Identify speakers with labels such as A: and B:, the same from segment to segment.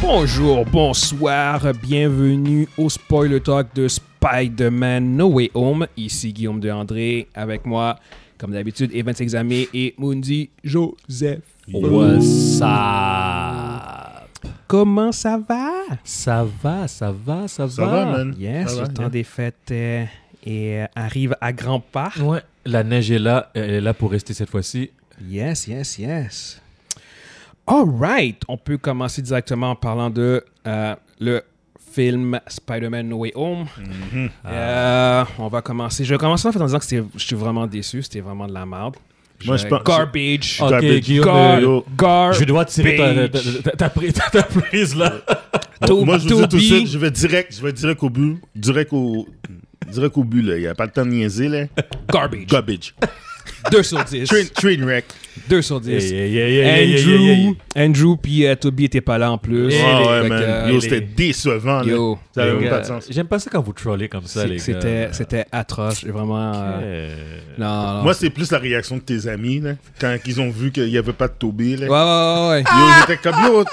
A: Bonjour, bonsoir, bienvenue au Spoiler Talk de Spider-Man No Way Home. Ici Guillaume de André, avec moi, comme d'habitude, Evans Examé et Mundi Joseph.
B: What's up?
A: Comment ça va?
B: Ça va, ça va, ça va.
C: Ça va, man?
A: Yes,
C: Ça
A: le
C: va,
A: temps
C: yeah.
A: des fêtes euh, et euh, arrive à grands pas.
B: Ouais, la neige est là, elle est là pour rester cette fois-ci.
A: Yes, yes, yes. All right, on peut commencer directement en parlant de euh, le film Spider-Man No Way Home.
C: Mm-hmm.
A: Euh, on va commencer. Je vais commencer en fait en disant que c'était- je suis vraiment déçu, c'était vraiment de la merde.
C: Moi, je pense-
A: Garbage.
B: Ok,
C: Garbage.
B: Guillaume,
A: Gar-
B: euh,
C: yo.
A: garbage.
B: je vais devoir tirer ta, ta, ta- ta pri- ta- ta prise là.
A: To-
C: Moi, je
A: to
C: vous dis tout de
A: be-
C: suite, je vais direct, je vais direct au but. Direct au, direct au but, là. Il n'y a pas de temps de niaiser, là.
A: Garbage.
C: Garbage.
A: 2 sur 10.
C: Train, train wreck.
A: 2 sur 10.
B: Yeah, yeah, yeah, yeah, yeah, yeah, yeah, yeah.
A: Andrew, Andrew puis euh, Toby était pas là en plus.
B: Eh,
C: Ouais,
B: les-
C: Ah ouais,
A: Fait
C: man.
A: que, euh,
C: yo,
B: les-
C: c'était décevant, là.
A: Yo.
C: Ça avait
B: Les
C: même
B: gars,
C: pas de sens.
B: J'aime pas ça quand vous trollez comme ça, les
A: c'est-
B: gars.
A: C'était c'était atroce, vraiment. euh,
B: Euh,
A: non, non.
C: Moi, c'est plus la réaction de tes amis, là. Quand ils ont vu qu'il n'y avait pas de Toby, là.
A: Ouais, ouais, ouais, ouais.
C: Yo, j'étais comme, yo,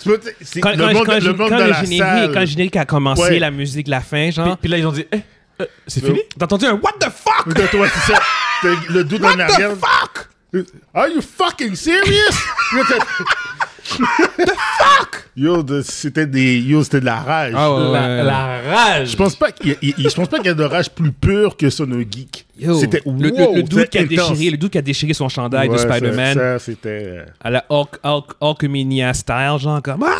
C: tu vois, t'sais, c'est
A: Quand,
C: le
A: quand-
C: monde,
A: quand-
C: le monde
A: quand
C: dans
A: le
C: la
A: générique,
C: salle.
A: quand le générique a commencé,
C: Ouais.
A: la musique, la fin,
B: Puis,
A: genre.
B: puis là, ils ont dit, eh, euh, c'est
C: Yo.
B: fini?
A: T'as entendu un What the fuck?
C: Toi, toi, c'est ça. T'as Le doute en arrière.
A: Fuck!
C: Are you fucking serious? Yo, The fuck? Yo, de- c'était des, yo, c'était de la rage.
A: Ah ouais,
B: La,
A: ouais.
B: la rage!
C: Je pense pas qu'il y a- il- il- je pense pas qu'il y a de rage plus pure que son geek.
A: Yo,
C: C'était wow,
A: le, le, le dude
C: c'était
A: qui a
C: intense.
A: déchiré, le dude qui a déchiré son chandail de
C: Ouais, ça-
A: Spider-Man
C: Ça, c'était. euh,
A: à la Hulk, Hulk, Hulkamania style, genre comme ah!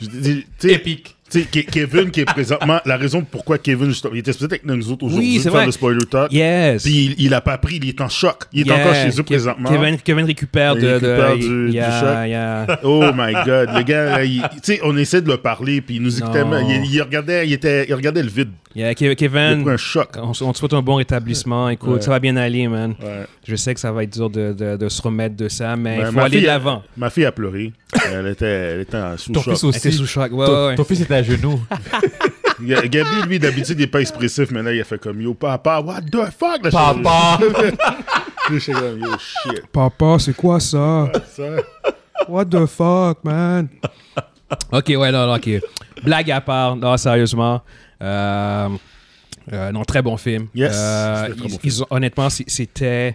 C: je te dis, tu sais-
B: épique.
C: tu sais, Ke- Kevin qui est présentement la raison pourquoi Kevin justement, il était supposé être avec nous autres aujourd'hui
A: Oui, c'est
C: pour
A: vrai.
C: faire le spoiler talk.
A: Yes.
C: Puis il, il a pas pris, il est en choc. Il est
A: Yeah.
C: encore chez eux
A: Ke-
C: présentement.
A: Kevin, Kevin récupère de,
C: Il
A: de-
C: récupère du-
A: il y a-
C: du choc.
A: il y a-
C: Oh my god, le gars, là, il- tu sais, on essaie de le parler puis il nous écoutait,
A: Non.
C: mais il, il regardait, il était, il regardait le vide.
A: il y a Ke-
C: Il a pris
A: Kevin,
C: un choc.
A: on, s- on te souhaite un bon rétablissement. Écoute,
C: Ouais.
A: ça va bien aller, man.
C: Ouais.
A: Je sais que ça va être dur de, de- de se remettre de ça, mais
C: Ben,
A: il faut
C: ma
A: aller
C: fille,
A: de l'avant.
C: Ma fille a pleuré. Elle était, elle était en sous
B: Ton
C: choc.
B: fils aussi.
A: T'es sous choc. Ouais,
B: Ton,
A: ouais, ouais.
B: ton fils était à genoux.
C: Ga- Gabi, lui, d'habitude, il est pas expressif, mais là, il a fait comme Yo, papa, what the fuck? Là,
B: Papa!
C: Je suis comme Yo, shit.
A: Papa, c'est quoi ça?
C: Ça,
A: What the fuck, man? ok, ouais, non, non, ok. Blague à part, non, sérieusement. Euh, euh, non, très bon film.
C: Yes,
A: Euh,
C: c'était très
A: ils-
C: bon
A: ils ont- honnêtement, c'est- c'était.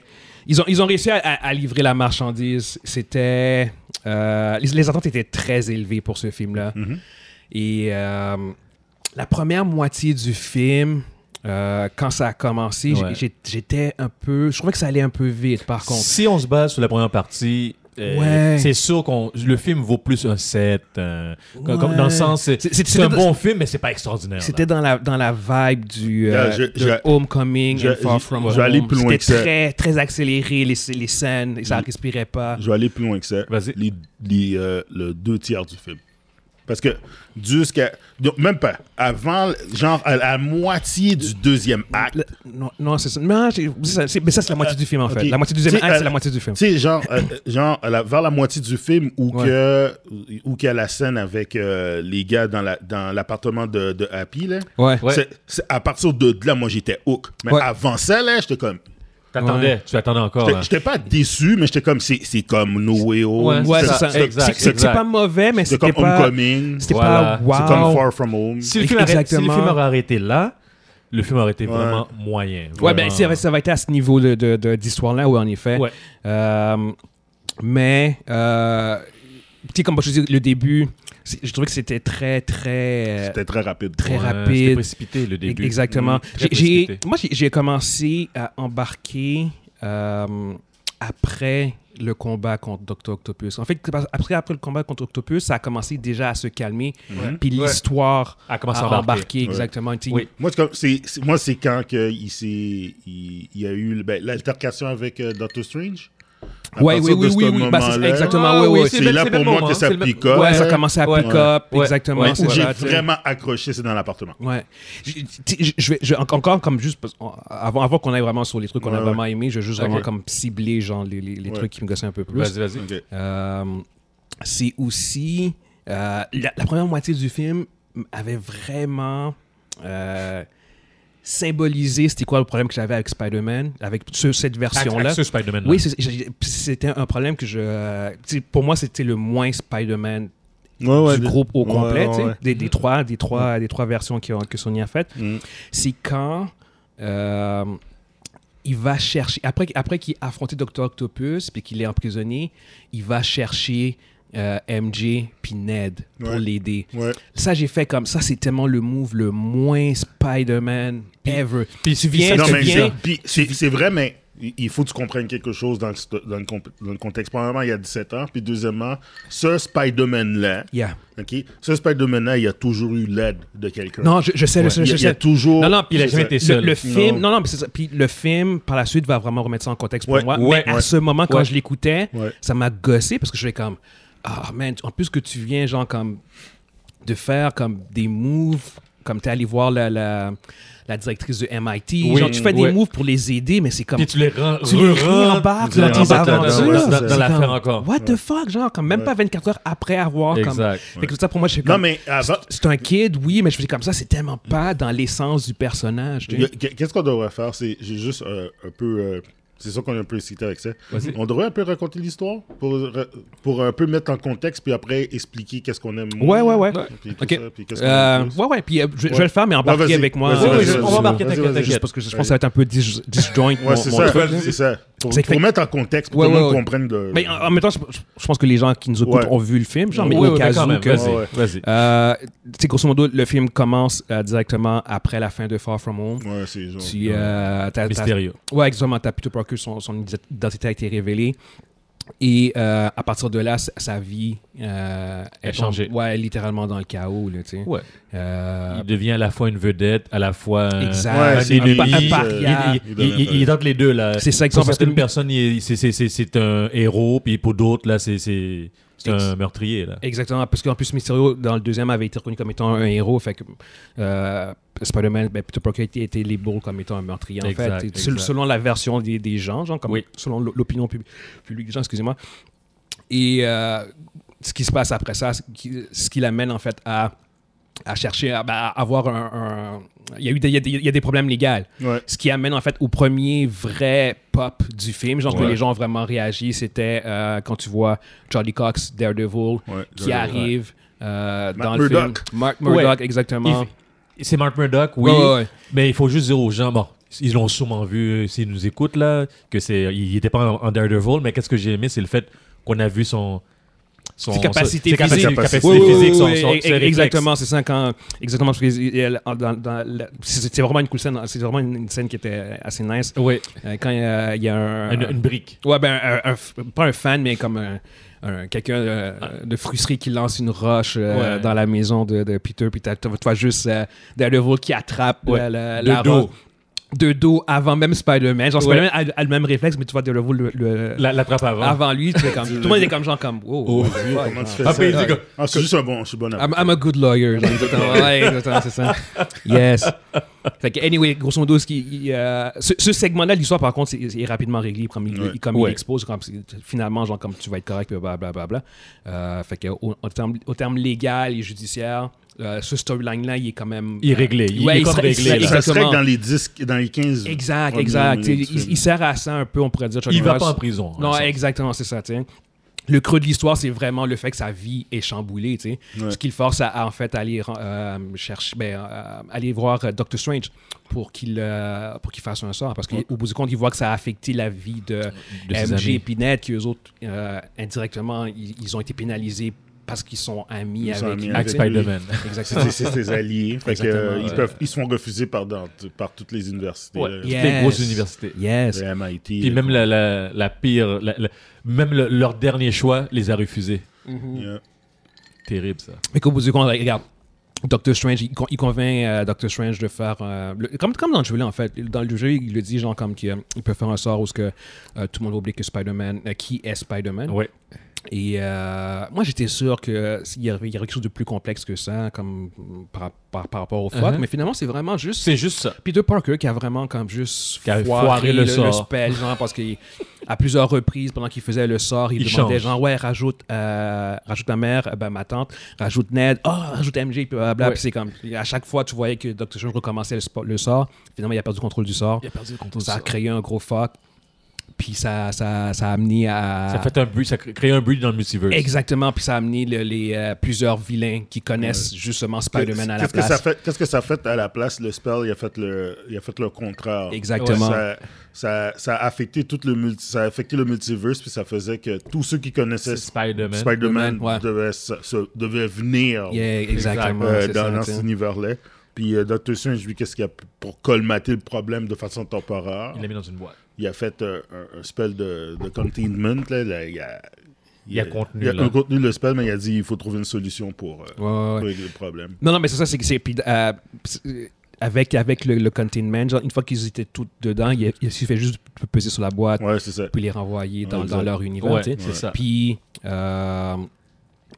A: Ils ont, ils ont réussi à, à- à livrer la marchandise. C'était. euh, les, les attentes étaient très élevées pour ce film-là.
C: Mm-hmm.
A: Et euh, la première moitié du film. euh, quand ça a commencé, j'ai-
B: Ouais.
A: j'ai- j'étais un peu. Je trouvais que ça allait un peu vite, par contre.
B: Si on se base sur la première partie, euh,
A: Ouais.
B: c'est sûr qu'on le film vaut plus un 7. euh, comme-
A: Ouais.
B: comme dans le sens, c'est
A: C'est- c'est-
B: c'est un
A: c'était-
B: bon film, mais c'est pas extraordinaire.
A: C'était dans la, dans la vibe du
C: Yeah,
A: euh,
C: je-
A: de
C: je-
A: Homecoming
C: je-
A: and Far
C: je-
A: From
C: je
A: Home.
C: vais aller plus loin que ça.
A: C'était très, très accéléré, les, les scènes, et ça respirait pas.
C: je vais aller plus loin que ça.
B: Vas-y.
C: Les, les, euh, le deux tiers du film. Parce que, jusqu'à. non, Même pas. Avant, genre, à la moitié du deuxième acte.
A: Le- non, non, c'est ça. Non, j'ai- ça, c'est- mais ça, c'est la moitié du film, en fait.
C: Ok.
A: La moitié du deuxième
C: Tu sais,
A: acte,
C: euh,
A: c'est la moitié du film.
C: Tu sais, genre, euh, euh, genre à la- vers la moitié du film où
A: Ouais.
C: que où qu'il y a la scène avec euh, les gars dans la- dans l'appartement de, de Happy, là.
A: Ouais.
B: Ouais.
C: C'est- c'est- à partir de de là, moi, j'étais hook. Mais
A: Ouais.
C: avant ça, là, j'étais comme...
B: T'attendais, tu attendais encore.
C: j'étais-
B: hein.
C: J'étais pas déçu, mais j'étais comme... C'est c'est comme No Way Home.
A: Ouais,
B: c'est
A: c'est
B: ça.
A: ça. C'est-
B: Exact,
A: c'est- C'est c'est
B: exact.
A: pas mauvais, mais
C: C'est
A: c'était
C: comme
A: pas.
C: Homecoming.
A: C'était
B: Voilà.
A: pas wow.
C: C'est comme Far From Home.
B: Si, le film arrête- si le film
A: Exactement.
B: aurait arrêté là, le film aurait été vraiment moyen.
A: Ouais,
B: vraiment.
A: ben, ça va- ça va être à ce niveau de- de- de- d'histoire-là, oui, en effet.
B: Ouais.
A: Euh, mais, euh, tu sais, comme je te dis, le début, c'est- je trouvais que c'était très, très. euh,
C: C'était très rapide.
A: très
B: Ouais,
A: rapide.
B: c'était précipité le début.
A: Exactement.
B: Mm, très
A: J'ai- j'ai,
B: précipité.
A: moi, j'ai, j'ai commencé à embarquer euh, après le combat contre Dr. Octopus. En fait, parce- après, après le combat contre Octopus, ça a commencé déjà à se calmer. Puis l'histoire
B: Mm-hmm. A commencé à
A: embarquer.
B: embarquer.
A: exactement. Tu sais,
B: Oui.
C: Moi, c'est comme- c'est- c'est- moi, c'est quand que il, s'est- il, il y a eu ben, l'altercation avec euh, Doctor Strange. À
A: Ouais, oui,
C: partir de
A: oui,
C: ce
A: oui, oui, bah, c'est-
C: moment-là,
A: exactement,
B: Ah,
A: ouais,
B: oui,
A: ouais.
C: C'est
B: le-
C: là
B: le
C: pour
B: même
C: moi
B: moment, hein,
C: que ça
B: c'est le même-
C: pique up.
A: Ouais, ça
C: Ouais.
A: commençait à
B: Ouais.
A: pick up,
B: Ouais.
A: exactement.
B: Ouais.
A: c'est
C: Où j'ai
A: ça, tu sais.
C: vraiment accroché, c'est dans l'appartement.
A: Ouais. J- tu- Je, je vais, je- en- encore comme juste parce- en- avant, avant qu'on aille vraiment sur les trucs qu'on a
C: Ouais,
A: vraiment aimé, je vais juste vraiment
B: Ok.
A: comme cibler genre les, les- les
C: Ouais.
A: trucs qui me gossaient un peu plus.
B: Vas-y, vas-y.
C: Ok.
A: Euh, c'est aussi euh, la, la première moitié du film avait vraiment euh, symbolisé c'était quoi le problème que j'avais avec Spider-Man, avec ce- cette version-là.
B: Axe- Axe Spider-Man.
A: Oui, c'est- j'ai- j'ai- c'était un problème que je. tu sais, Pour moi, c'était le moins Spider-Man
C: Ouais, ouais,
A: du
C: des-
A: groupe au
C: ouais,
A: complet,
C: ouais,
A: tu sais,
C: ouais.
A: Des, des trois, des, trois, des trois versions qui ont- que Sony a faites,
C: Mm.
A: c'est quand euh, il va chercher, après, après qu'il a affronté Dr. Octopus puis qu'il est emprisonné, il va chercher euh, MJ puis Ned pour
C: Ouais.
A: l'aider.
C: Ouais.
A: Ça, j'ai fait comme ça, c'est tellement le move le moins Spider-Man ever. Puis tu viens,
C: Non,
A: tu
C: mais
A: viens,
C: c'est- puis c'est c'est vrai, mais il- il faut que tu comprennes quelque chose dans le, sto- dans le comp- dans le contexte. Premièrement, il y a 17 ans. Puis deuxièmement, ce Spider-Man-là,
A: Yeah.
C: OK? ce Spider-Man-là, il a toujours eu l'aide de quelqu'un.
A: Non, je, je sais, je sais,
C: il,
A: je
C: il a
A: sais.
C: toujours...
A: Non, non, puis
B: Il a
C: c'est
B: jamais
C: ça.
B: été
A: Le,
B: seul.
A: le film,
C: Non.
A: non, non, mais c'est ça. Puis le film, par la suite, va vraiment remettre ça en contexte pour
C: Ouais,
A: moi.
B: ouais,
A: mais à
B: ouais.
A: ce moment, quand
B: Ouais.
A: je l'écoutais,
C: Ouais.
A: ça m'a gossé parce que je suis comme, ah man, en plus que tu viens, genre, comme, de faire comme des moves, comme t'es allé voir la, la, la directrice de MIT.
B: Oui,
A: genre, tu fais des
B: ouais.
A: moves pour les aider, mais c'est comme.
B: Puis tu les rends.
A: Tu les
B: re-
A: réembarques
B: tu les
A: dans tes
B: rembarques là-dedans,
A: aventures.
B: ouais, dans-
A: C'est
B: Dans l'affaire
A: comme,
B: encore.
A: What the fuck, genre, comme même pas 24 heures après avoir. Comme...
B: Exact,
A: Fait que ça, pour moi, je suis
C: Non,
A: comme,
C: mais avant-
A: C'est un kid, oui, mais je fais comme ça, c'est tellement pas dans l'essence du personnage. tu sais.
C: Qu- Qu'est-ce qu'on devrait faire? C'est j'ai juste euh, un peu. euh, c'est ça qu'on a un peu excité avec ça. On devrait un peu raconter l'histoire pour, re- pour un peu mettre en contexte, puis après expliquer qu'est-ce qu'on aime. moins,
A: Ouais, ouais, ouais.
C: Puis tout
A: Ok.
C: ça, puis qu'est-ce qu'on
A: Euh,
C: aime plus.
A: ouais, ouais, puis euh, je, je
C: Ouais.
A: vais le faire, mais embarquer
C: Ouais, vas-y.
A: avec moi.
C: Vas-y,
A: euh,
B: Oui, oui,
C: vas-y,
B: je-
A: sur-
B: on va
C: vas-y,
B: embarquer,
C: vas-y,
B: t'inquiète,
C: vas-y.
B: t'inquiète.
A: Parce que je, je pense que ça va être un peu dis- disjoint.
C: Ouais,
A: mon-
C: c'est
A: mon
C: ça.
A: truc, là.
C: C'est ça. Pour,
A: C'est que-
C: pour mettre en contexte, pour
A: Ouais,
C: que tout le monde
A: ouais, ouais.
C: comprenne de.
A: Mais euh, en, en même temps, je, je pense que les gens qui nous écoutent
C: Ouais.
A: ont vu le film, genre, mais
B: Oui,
A: au
B: oui,
A: cas
B: mais quand
A: où
B: même,
A: que-
B: Vas-y, vas-y.
A: Euh, tu sais, grosso modo, le film commence euh, directement après la fin de Far From Home.
C: Ouais, c'est genre.
A: Tu, euh, t'as- t'as-
B: Mystérieux.
A: Ouais, exactement. T'as Peter Parker, son, son identité a été révélée. Et euh, à partir de là, sa, sa vie euh,
B: Elle a
A: est
B: changé.
A: Ouais, elle est littéralement dans le chaos. Là, tu sais.
B: Ouais.
A: Euh,
B: Il devient à la fois une vedette, à la fois un,
A: Exact.
B: un
A: Ouais,
C: c'est
B: ennemi.
C: un pa- un
A: paria.
B: Il- il- il- il- il est entre les deux là.
A: C'est ça,
B: Pour
A: exemple, parce
B: certaines
A: que-
B: personnes, il- c'est- c'est- c'est c'est un héros, puis pour d'autres là, c'est c'est c'est
A: Ex-
B: un meurtrier là.
A: Exactement, parce qu'en plus Mysterio dans le deuxième avait été reconnu comme étant un héros, fait que euh, Spider-Man, ben, Peter Parker était, était label comme étant un meurtrier en
B: Exact,
A: fait, Et
B: exact.
A: sel- selon la version des, des gens, genre, comme,
B: Oui.
A: selon l'o- l'opinion pub- publique des gens, excusez-moi. Et euh, ce qui se passe après ça, ce qui, ce qui l'amène en fait à, à chercher, à, ben, à avoir un, un- il y a eu des, il y a des- il y a des problèmes légaux.
C: Ouais.
A: Ce qui amène en fait au premier vrai pop du film, genre que
B: Ouais.
A: les gens ont vraiment réagi, c'était euh, quand tu vois Charlie Cox, Daredevil,
C: Ouais,
A: qui
C: Daredevil.
A: arrive euh, dans
C: Mark
A: le film.
C: Murdock.
A: Mark Murdock,
B: Ouais.
A: exactement.
B: Il- C'est Mark Murdoch, oui.
A: Ouais, ouais, ouais.
B: Mais il faut juste dire aux gens, bon, ils l'ont sûrement vu euh, s'ils nous écoutent là, que c'est, il n'était pas en, en Daredevil, mais qu'est-ce que j'ai aimé, c'est le fait qu'on a vu son, son
A: Ses capacités
B: ses
A: physiques.
B: capacités, capacités
A: Oui, oui,
B: physiques,
A: oui,
B: son-
A: oui,
B: son-
A: oui,
B: ses réflexes.
A: exactement, c'est ça quand exactement parce que elle- en- dans- dans la- c'est c'est vraiment une cool scène, c'est vraiment une une scène qui était assez nice.
B: Oui,
A: Euh, Quand il y a- il y a un,
B: une, une brique.
A: Ouais, ben, un- un f- pas un fan, mais comme un, un- quelqu'un euh, de frustré qui lance une roche euh,
B: Ouais.
A: dans la maison de, de Peter, puis t'as- tu vois juste euh, Daredevil qui attrape
B: Ouais.
A: la, la-
B: De
A: la
B: dos.
A: roche de dos avant même Spider-Man. Genre,
B: Ouais.
A: Spider-Man a, a le même réflexe, mais tu vois Daredevil le, le-
B: La, la trappe avant.
A: Ah, avant lui, tu fais comme, tout le monde est comme genre comme, wow,
B: Oh,
A: what the fuck,
C: Comment tu
A: genre.
C: fais
B: Ah,
C: ça?
B: puis il dit que-
C: Ah, c'est juste un bon. Je suis bon à-
A: I'm, I'm a good lawyer. genre, exactement. Ouais, exactement, c'est ça. Yes. Fait que, anyway, grosso modo, ce, qui, il, euh, ce, ce segment-là de l'histoire, par contre, c'est- est, rapidement réglé. Comme il,
C: Ouais.
A: il- comme
B: Ouais.
A: il expose, comme c'est- finalement, genre, comme tu vas être correct, blablabla. Euh, fait que, au, au terme, au terme légal et judiciaire, euh, ce storyline-là, il est quand même.
B: Il est réglé. Il est comme
A: serait-
B: réglé,
A: serait-
B: là.
C: Ça serait
A: exactement.
C: que dans les 10, dans les 15.
A: Exact,
C: premières
A: exact.
C: minutes
A: Tu sais,
C: du
A: Il,
C: film.
A: il sert à ça un peu, on pourrait dire. Chuck
B: Il va
A: Norris.
B: pas en prison. hein, en
A: Non,
B: sens.
A: exactement, c'est ça, tu sais. Le creux de l'histoire, c'est vraiment le fait que sa vie est chamboulée, tu sais.
C: Ouais.
A: Ce qui le force à, à, en fait aller euh, chercher, ben, euh, aller voir euh, Doctor Strange pour qu'il euh, pour qu'il fasse un sort, parce qu'au bout du compte, il voit que ça a affecté la vie de,
B: De ses
A: MJ et
B: amis.
A: Pinette, qui eux autres euh, indirectement, ils, ils ont été pénalisés parce qu'ils sont amis
C: Ils
A: avec.
C: sont amis
B: Avec
C: Avec lui.
B: Spider-Man.
A: Exactement.
C: C'est c'est ses alliés. Fait que, euh,
A: Exactement,
C: ils,
A: ouais.
C: peuvent, ils se font refuser par, dans- par toutes les universités.
B: Ouais.
C: là.
B: Toutes les
A: Yes.
B: grosses universités.
A: yes.
C: Le MIT.
B: Puis
C: le-
B: même la, la, la pire, la- la- même le- leur dernier choix les a refusés.
C: Yeah.
B: Terrible ça.
A: Mais qu'au bout du compte, regarde, Doctor Strange, il, con- il convainc euh, Doctor Strange de faire. euh, le- comme, comme dans le jeu, là, en fait. Dans le jeu, il le dit, genre, comme qu'il euh, il peut faire un sort où ce que, euh, tout le monde oublie que Spider-Man. euh, qui est Spider-Man
B: Ouais.
A: Et euh, moi, j'étais sûr qu'il y, avait- il y avait quelque chose de plus complexe que ça, comme mm, par, par- par rapport au fuck.
B: Mhm.
A: Mais finalement, c'est vraiment juste.
B: C'est juste ça.
A: Peter Parker qui a vraiment comme juste
B: Qui a
A: foiré,
B: foiré
A: le,
B: le
A: le
B: sort.
A: spell, genre, parce qu'à plusieurs reprises, pendant qu'il faisait le sort, il,
B: Il
A: demandait,
B: change.
A: genre, ouais, rajoute, euh, rajoute ma mère, euh, ben, ma tante, rajoute Ned, oh, rajoute MJ, puis blablabla.
B: Ouais.
A: Puis c'est comme, à chaque fois, tu voyais que Doctor Strange recommençait le, spo- le sort. Finalement, il a perdu le contrôle du sort.
B: a perdu le contrôle.
A: Ça a créé un gros fuck. puis ça, ça, ça a amené à...
B: Ça fait un bruit, ça crée un bruit dans le multiverse.
A: Exactement, puis ça a amené le- les, euh, plusieurs vilains qui connaissent justement Spider-Man à la
C: Qu'est-ce que ça
A: place.
C: fait- Qu'est-ce que ça fait à la place Le spell, il a fait le, il a fait le contraire.
A: Exactement.
C: Ça, ça, ça a affecté tout le multi, ça a affecté le multiverse puis ça faisait que tous ceux qui connaissaient
B: C'est Spider-Man.
C: Spider-Man
A: Spider-Man, ouais.
C: devaient, se- se- devaient venir
A: Yeah, exactement,
C: euh,
A: c'est
C: dans,
A: ça,
C: dans
A: tu sais.
C: cet univers-là. Puis euh, Doctor Strange, lui, qu'est-ce qu'il a pu- pour colmater le problème de façon temporaire
B: Il l'a mis dans une boîte.
C: Il a fait euh, un, un spell de, de containment. là, là, il a,
B: Il a contenu,
C: il a
B: là.
C: un contenu le spell, mais il a dit il faut trouver une solution pour,
A: ouais,
C: euh,
A: ouais.
C: pour régler le problème.
A: Non, non, mais c'est ça, c'est que c'est. puis, euh, c'est- euh, avec, avec le, le containment, genre, une fois qu'ils étaient tous dedans, il, il suffit juste de peser sur la boîte,
C: Ouais, c'est ça.
A: puis les renvoyer dans,
C: Ouais,
A: dans
C: exact.
A: leur univers.
B: Ouais,
A: tu sais.
B: c'est ça.
A: Puis, euh,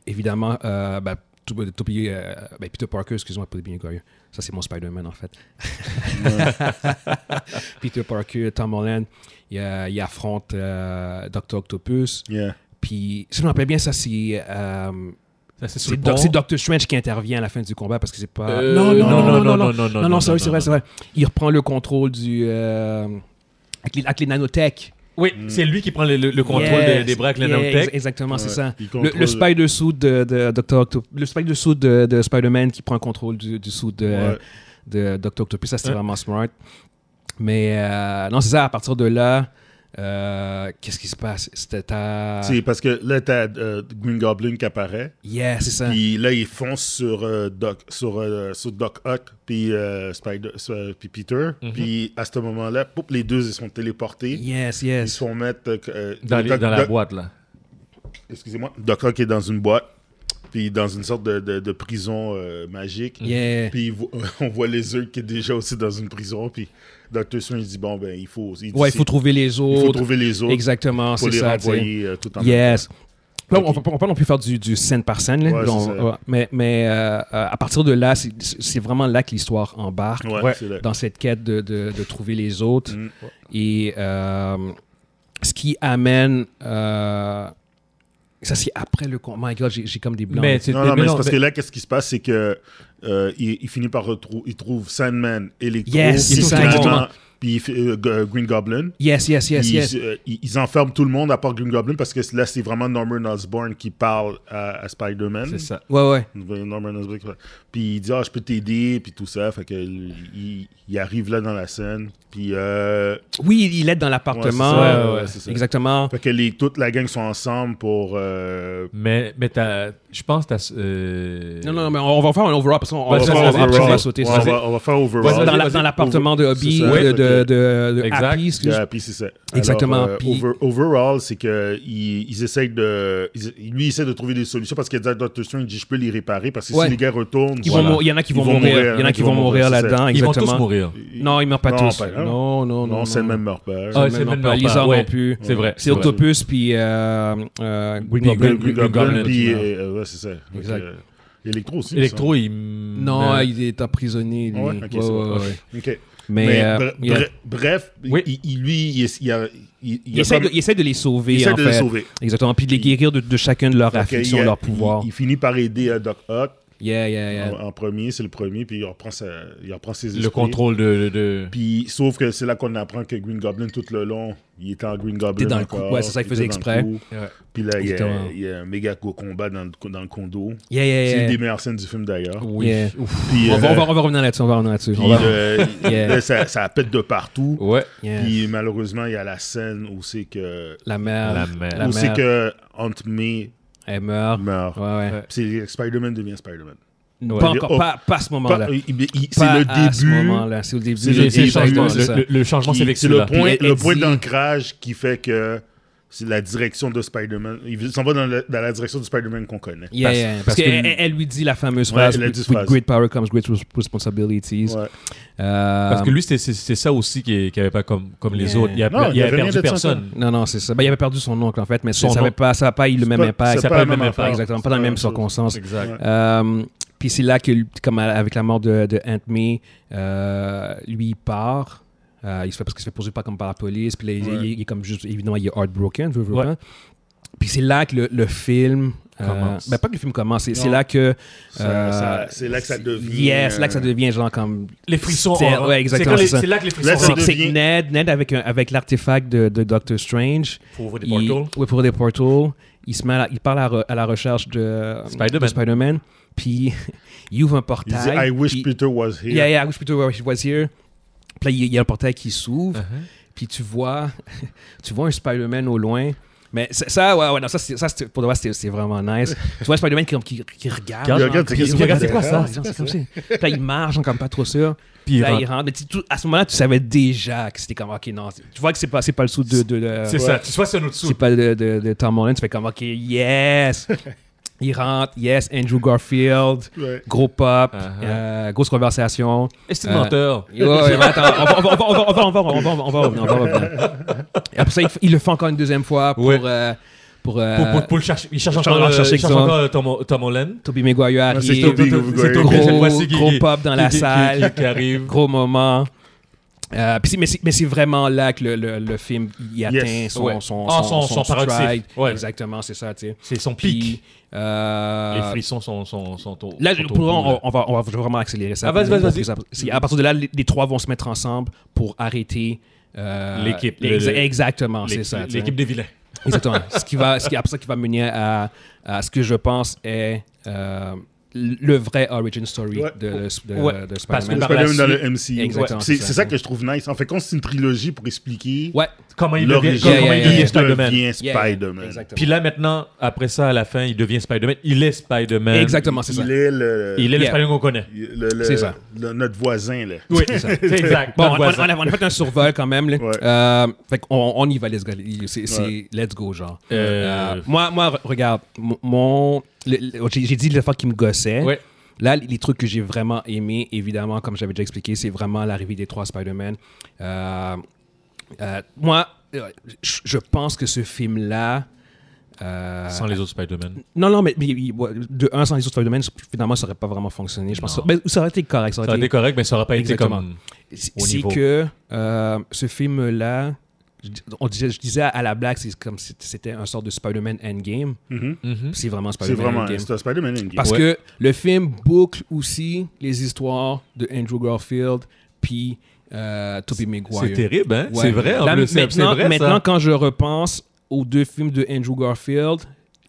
A: évidemment, euh, bah, tout- tout- puis, euh, ben, Peter Parker, excuse-moi, pas de bien Goyer. Ça, c'est mon Spider-Man, en fait. Peter Parker, Tom Holland, il, euh, il affronte euh, Dr. Octopus.
C: Yeah.
A: Puis, si je me rappelle bien, ça, c'est. euh,
B: Ça, C'est sur
A: c'est
B: le
A: Doc-
B: pont.
A: c'est Doctor Strange qui intervient à la fin du combat parce que c'est pas.
B: Euh,
A: non, non, non, non, non, non, non,
B: non, non,
A: c'est
B: non,
A: vrai, c'est vrai,
B: non.
A: c'est vrai. Il reprend le contrôle du. euh, avec, les, avec les nanotech.
B: Oui, c'est lui qui prend le, le- le contrôle
A: Yes,
B: des, des bras avec
A: yes, ex-
B: nanotech.
A: Exactement, c'est
C: Ouais,
A: ça.
C: il
A: Le,
C: contrôle-
A: le spider suit de, de Dr. Octo- le spider suit de, de Spider-Man qui prend le contrôle du, du suit de,
B: euh,
A: de
C: Ouais.
A: Dr. Octopus. Ça, c'est
B: Ouais.
A: vraiment smart. Mais euh, non, c'est ça, à partir de là, euh, qu'est-ce qui se passe? C'était
B: ah.
A: ta.
C: C'est parce que là, t'as euh, Green Goblin qui apparaît.
A: Yeah, c'est
B: Ah.
A: ça.
C: Puis là, il fonce sur euh, Doc, sur, euh, sur Doc Ock, puis euh, Spider, sur- puis Peter.
B: Mhm.
C: Puis à ce moment-là, poup, les deux, ils sont téléportés.
A: Yes,
C: Ils se
A: yes.
C: font mettre. euh, euh,
B: Dans, les-
C: Doc-
B: dans la
C: Doc-
B: boîte, là.
C: Excusez-moi. Doc Ock est dans une boîte, puis dans une sorte de, de- de prison euh, magique.
A: Yeah.
C: Puis il vo- on voit les œufs qui est déjà aussi dans une prison. Puis Dr. Strange dit Bon, ben, il faut. Il dit,
A: Ouais, il
C: c'est-
A: faut trouver les
C: il faut
A: autres.
C: trouver les autres
A: Exactement, c'est
C: pour les
A: ça. tu sais.
C: renvoyer euh, tout en
A: Yes. Là,
C: Ok.
A: on peut pas- on peut pas non plus faire du, du scène par scène. là.
C: Ouais,
A: Donc,
C: c'est ça.
A: ouais. mais mais euh, euh, à partir de là, c'est- c'est c'est vraiment là que l'histoire embarque
C: Ouais, c'est vrai.
A: dans cette quête de, de- de trouver les autres.
C: Mm.
A: Et euh, ce qui amène... euh, ça, c'est après le... con- My God, j'ai j'ai comme des blancs.
B: Mais c'est
C: Non, non, mais, c'est parce
B: mais-
C: que là, qu'est-ce qui se passe, c'est que euh, il, il finit par retrouver, il trouve Sandman, Electro,
A: Yes,
C: puis
A: c'est ça,
C: finalement,
A: exactement.
C: puis il fait, euh, G- euh, Green Goblin.
A: yes, yes, yes,
C: Puis
A: yes.
C: Ils, euh, ils- ils enferment tout le monde à part Green Goblin parce que là, c'est vraiment Norman Osborn qui parle à, à Spider-Man.
B: C'est ça.
A: Ouais, ouais.
C: Norman Osborn. qui parle. Puis il dit Ah, je peux t'aider, puis tout ça. Fait que il, il arrive là dans la scène. Puis euh,
A: Oui, il est dans l'appartement.
C: Ouais, c'est ça, ouais, ouais, c'est ça.
A: Exactement.
C: fait que les, toute la gang sont ensemble pour. euh,
B: Mais, mais t'as- je pense que t'as. euh,
A: Non, non, mais on va faire un overall parce qu'on on
B: Ouais,
A: va-
B: ça,
A: on
C: faire
A: va-
B: ça,
A: après, on va
C: overall.
A: sauter.
C: Ouais,
A: ça.
C: on va- on va faire
A: Dans
C: overall.
A: la-
B: vas-y.
A: dans l'appartement de Hobby, euh,
C: C'est ça,
A: de,
C: fait
A: de,
C: que-
A: de, de
B: Exact.
A: Happy, excuse.
C: Yeah, puis c'est ça.
A: Exactement,
C: Alors, euh,
A: puis-
C: over- overall, c'est que ils, ils essayent de. ils- lui, il essaie de trouver des solutions parce qu'il dit à Dr. Strange dit, je peux les réparer parce que
A: Ouais.
C: si les gars retournent.
A: Ils
C: voilà.
A: vont mou- Il y en a qui
C: Ils
A: vont,
C: vont
A: mourir.
C: mourir,
A: Il y en a qui vont mourir
C: c'est ça.
A: là-dedans,
B: Ils vont
A: exactement.
B: tous mourir.
A: Non, ils meurent pas
C: Non,
A: tous.
C: pas-
A: non, non, non.
C: Non, c'est le même meurt pas.
B: Ah,
A: même
B: c'est le même
A: meurt pas.
B: meurt pas.
A: Lisa
B: Ouais.
A: non plus.
B: C'est vrai.
A: C'est
B: c'est vrai.
A: Octopus, puis euh, euh, Green
B: Puis
A: Goblin.
B: Green- Green Goblin,
C: puis.
B: qui
C: euh, euh, ouais, c'est ça. Fait
A: Exact.
C: que, euh, Electro aussi.
B: Electro, il.
A: Non,
B: euh,
A: il est emprisonné, lui.
C: Ah ouais? Ok,
A: Ouais,
C: c'est
A: ouais,
C: bon.
A: ouais.
C: il me semble. Ok.
A: Mais,
C: Mais,
A: euh,
C: bre-
A: il,
C: bre- bref,
B: Oui.
C: il, il- lui, il, il, a- il, il
A: il
C: a
A: essaie
C: comme-
A: de, il essaie de les sauver,
C: il essaie
A: en
C: de
A: fait.
C: les sauver.
A: Exactement. Puis de les guérir de, de chacun de leurs
C: Fait que
A: affections,
C: il a-
A: leurs pouvoirs.
C: il- Il finit par aider euh, Doc Ock
A: Yeah, yeah, yeah.
C: en, en premier, c'est le premier, puis il reprend, sa- il reprend ses
B: le
C: esprits.
B: contrôle de. de-
C: Puis, sauf que c'est là qu'on apprend que Green Goblin, tout le long, il était en Green Goblin.
A: Il était dans le coup.
C: encore.
A: Ouais, c'est ça, il
C: était
A: faisait
C: dans le
A: exprès.
C: coup.
B: Ouais.
C: Puis là, il y,
A: Exactement.
C: a, il y a un méga gros combat dans le, co- dans le condo.
A: Yeah, yeah,
C: C'est
A: yeah.
C: une des meilleures scènes du film, d'ailleurs.
B: Oui.
A: Yeah.
B: Ouf.
C: Puis,
A: On va,
C: euh,
A: on va- on va revenir là-dessus, on va revenir là-dessus.
C: puis
A: On va-
C: le-
A: Yeah. Oh,
C: là, ça, ça pète de partout.
B: Ouais.
A: Yeah.
C: Puis, malheureusement, il y a la scène où c'est que,
A: La mère,
B: La mère.
A: la
C: où c'est
A: mère,
C: que Aunt May
A: elle meurt.
C: meurt.
A: Ouais, ouais.
B: Ouais.
C: Puis Spider-Man devient Spider-Man.
B: Ouais.
A: Pas encore,
C: Oh.
A: pas, pas à ce moment-là.
C: Pas- il- il- C'est
A: Pas
C: le
A: à ce
C: début.
A: moment-là. C'est au début.
C: C'est
A: du-
B: C'est-
C: le-
B: c'est le
A: du changement,
B: changement.
A: c'est ça.
B: Le, le- le changement,
C: qui-
B: c'est avec
C: C'est le
B: celui-là.
C: point,
A: Il-
C: le
A: il
C: point
A: dit-
C: d'ancrage qui fait que c'est la direction de Spider-Man. Il s'en va dans la, dans la direction du Spider-Man qu'on connaît.
A: Yeah,
B: Parce-
A: yeah, Parce,
B: parce que-
A: qu'elle elle lui dit la fameuse
C: Ouais,
A: phrase
C: elle a
A: With
C: dit
A: with
C: phrase.
A: great power comes great res- responsibilities.
C: Ouais.
A: Euh,
B: Parce que lui, c'est- c'est c'est ça aussi qui est- qui avait pas comme, comme les
A: Yeah.
B: autres. Il a,
C: Non, il
B: il a
C: avait rien
B: perdu
C: de ça,
B: personne.
A: Non, non, c'est ça. Ben, il avait perdu son oncle, en fait, mais ça
B: Son
A: ça avait
B: oncle.
A: pas, ça a pas eu le même
C: pas-
A: impact.
C: c'est
B: Ça
C: pas
B: pas
C: la
B: le
C: même
B: même
C: affaire.
B: impact.
A: Exactement, pas dans
C: C'est
A: les
C: la
A: mêmes
C: même chose.
A: circonstances.
B: Exact.
A: Euh, Puis c'est là que, lui- comme à- avec la mort de, de Aunt May, euh, lui, il part. Euh, il se fait parce qu'il se fait poursuivre pas comme par la police. Puis là, il,
C: Ouais.
A: il- il est comme juste, évidemment, il est heartbroken, veut, veut
B: Ouais.
A: pas. Puis c'est là que le, le film. euh,
B: Commence.
A: ben, pas que le film commence, c'est c'est
C: Non.
A: là que.
C: Ça- ça-
A: euh,
C: c'est là que ça devient,
A: Yes, c'est là que ça
C: euh,
A: devient genre comme.
B: Les frissons.
A: C'est-
B: en-
A: ouais,
B: c'est
A: exactement,
B: quand les-
A: c'est ça.
B: C'est là que les frissons.
C: Là, ça
B: en-
A: C'est
C: devient-
A: que Ned, Ned avec, un- avec l'artefact de, de Doctor Strange.
B: Pour ouvrir des
A: il-
B: portals.
A: ouais, pour des portals. Il, se met à, la- il part à, la re- à la recherche de euh,
B: Spider-Man.
A: de Spider-Man. puis il ouvre un
C: Il
A: portail.
C: dit I wish
A: puis-
C: Peter was here.
A: Yeah, yeah, I wish Peter was was here. Puis là, il y a un portail qui s'ouvre.
B: Uh-huh.
A: Puis tu vois, tu vois un Spider-Man au loin. Mais ça, ça, ouais, ouais, non, ça, c'est- ça c'est- pour de vrai, c'est c'est vraiment nice. tu vois Spider-Man qui, qui, qui regarde.
B: Il
A: genre,
C: regarde, c'est
A: puis
C: qu'est-ce
A: il
C: que
A: regarde,
C: c'est
A: c'est quoi ça?
C: ça?
A: Genre, C'est comme ça. Puis là, il marche, genre, comme pas trop sûr.
B: Puis il
A: Là,
B: rentre.
A: il rentre. Mais tu- tu- à ce moment-là, tu savais déjà que c'était comme, OK, non. c'est- Tu vois que c'est pas, c'est pas le sou de. de, de-
B: C'est ça. Tu vois, c'est un autre sou.
A: c'est pas de, de, de Tom Holland. Tu fais comme, OK, yes. il rentre. Yes, Andrew Garfield.
C: Ouais.
A: Gros pop.
B: Uh-huh.
A: euh, grosse conversation.
B: Est-ce
A: Euh,
B: menteur?
A: Ouais, ouais, mais attends, on va- on va- on va- on va- on va- on va- on va- on va- on va revenir, on va revenir. Et après ça, il, f- il le fait encore une deuxième fois pour,
B: Ouais.
A: euh, pour, euh,
B: Pour, pour, pour le chercher, il cherche
A: Cherche
B: encore,
A: encore,
B: euh,
A: chercher
B: il cherche
A: ça.
B: encore Tom, Tom Holland.
A: Tobey Maguire
C: Non, c'est
A: arrive,
C: Tobey
B: C'est
C: Maguire.
B: c'est
A: Gros-
B: Tobey, cette fois-ci, qui-
A: gros
B: qui-
A: pop dans
B: qui-
A: la
B: qui- qui-
A: salle.
B: Qui arrive.
A: gros moment. Euh, puis c'est- mais c'est- mais c'est vraiment là que le, le- le film y atteint son,
B: Ouais.
A: son, son,
B: Ah, son- son paroxysme.
A: stride.
B: Ouais.
A: Exactement, c'est ça. tu sais.
B: C'est son pic.
A: Puis, euh,
B: Les frissons sont, sont, sont au.
A: Là,
B: sont au
A: pour
B: bout,
A: on,
B: là.
A: on va, on va vraiment accélérer ça.
B: Ah, vas-y, vas-y, vas-y.
A: C'est- À partir de là, les, les trois vont se mettre ensemble pour arrêter euh,
B: L'équipe, le-
A: exa-
B: le-
A: exactement,
B: L'équipe-
A: ah, c'est ça. tu sais.
B: L'équipe des vilains.
A: Exactement. ce qui va, ce qui, après ça, qui va mener à, à ce que je pense est euh, le vrai origin story
C: Ouais.
A: de, de, de-
B: Ouais.
A: de
B: Parce que
A: Spider-Man.
B: par-
C: Spider-Man
B: la
C: dans le
B: suite.
C: MCU.
A: Exactement,
C: Ouais. C'est
A: c'est ça.
C: c'est ça que je trouve nice. En fait, quand c'est une trilogie pour expliquer
A: Ouais.
B: Comment il devient,
C: l'origine,
B: comment
A: Yeah, yeah,
B: il
A: yeah, yeah.
B: devient Spider-Man.
C: il devient
A: Yeah, yeah,
C: Spider-Man.
A: Exactement.
B: Puis là, maintenant, après ça, à la fin, il devient Spider-Man. Il est Spider-Man.
A: Exactement, c'est ça.
C: Il est le...
B: Il est le
A: Yeah.
B: Spider-Man qu'on connaît.
C: le- le-
A: C'est ça.
C: le- notre voisin, là.
B: Oui, c'est ça. C'est exact.
A: Bon, on,
B: Notre
A: on-
B: voisin.
A: on a, on a fait un survol quand même. là.
C: Ouais.
A: Euh, fait qu'on- on, y va, let's go. C'est, c'est let's go, genre.
B: Euh,
A: Euh, moi, moi, re- regarde, m- mon, le- le- j'ai, j'ai dit les fois qui me gossait.
B: Ouais.
A: Là, les trucs que j'ai vraiment aimé, évidemment, comme j'avais déjà expliqué, c'est vraiment l'arrivée des trois Spider-Man. Euh, euh, moi, euh, je je pense que ce film-là. euh,
B: Sans les autres Spider-Man.
A: Non, non, mais, mais- mais, ouais, de un, sans les autres Spider-Man, finalement, ça n'aurait pas vraiment fonctionné. Je pense que ça,
B: Non.
A: ben, ça aurait été correct. Ça aurait
B: Ça aurait
A: été-
B: été correct, mais ça aurait pas été
A: Exactement.
B: comme.
A: c'est
B: au
A: c'est
B: niveau.
A: que euh, ce film-là, je, dis- on disait, je disais à la blague, c'est comme si c'était un sort de Spider-Man Endgame.
B: Mhm.
A: C'est vraiment
C: Mm-hmm. C'est
A: Spider-Man
C: vraiment...
A: Endgame.
C: C'est un Spider-Man Endgame.
A: Parce
B: Ouais.
A: que le film boucle aussi les histoires de Andrew Garfield puis euh, Tobey Maguire.
B: C'est terrible, hein?
A: Ouais.
B: C'est vrai. en
A: Là,
B: plus, c'est- c'est
A: maintenant,
B: vrai, ça.
A: maintenant, quand je repense aux deux films de Andrew Garfield,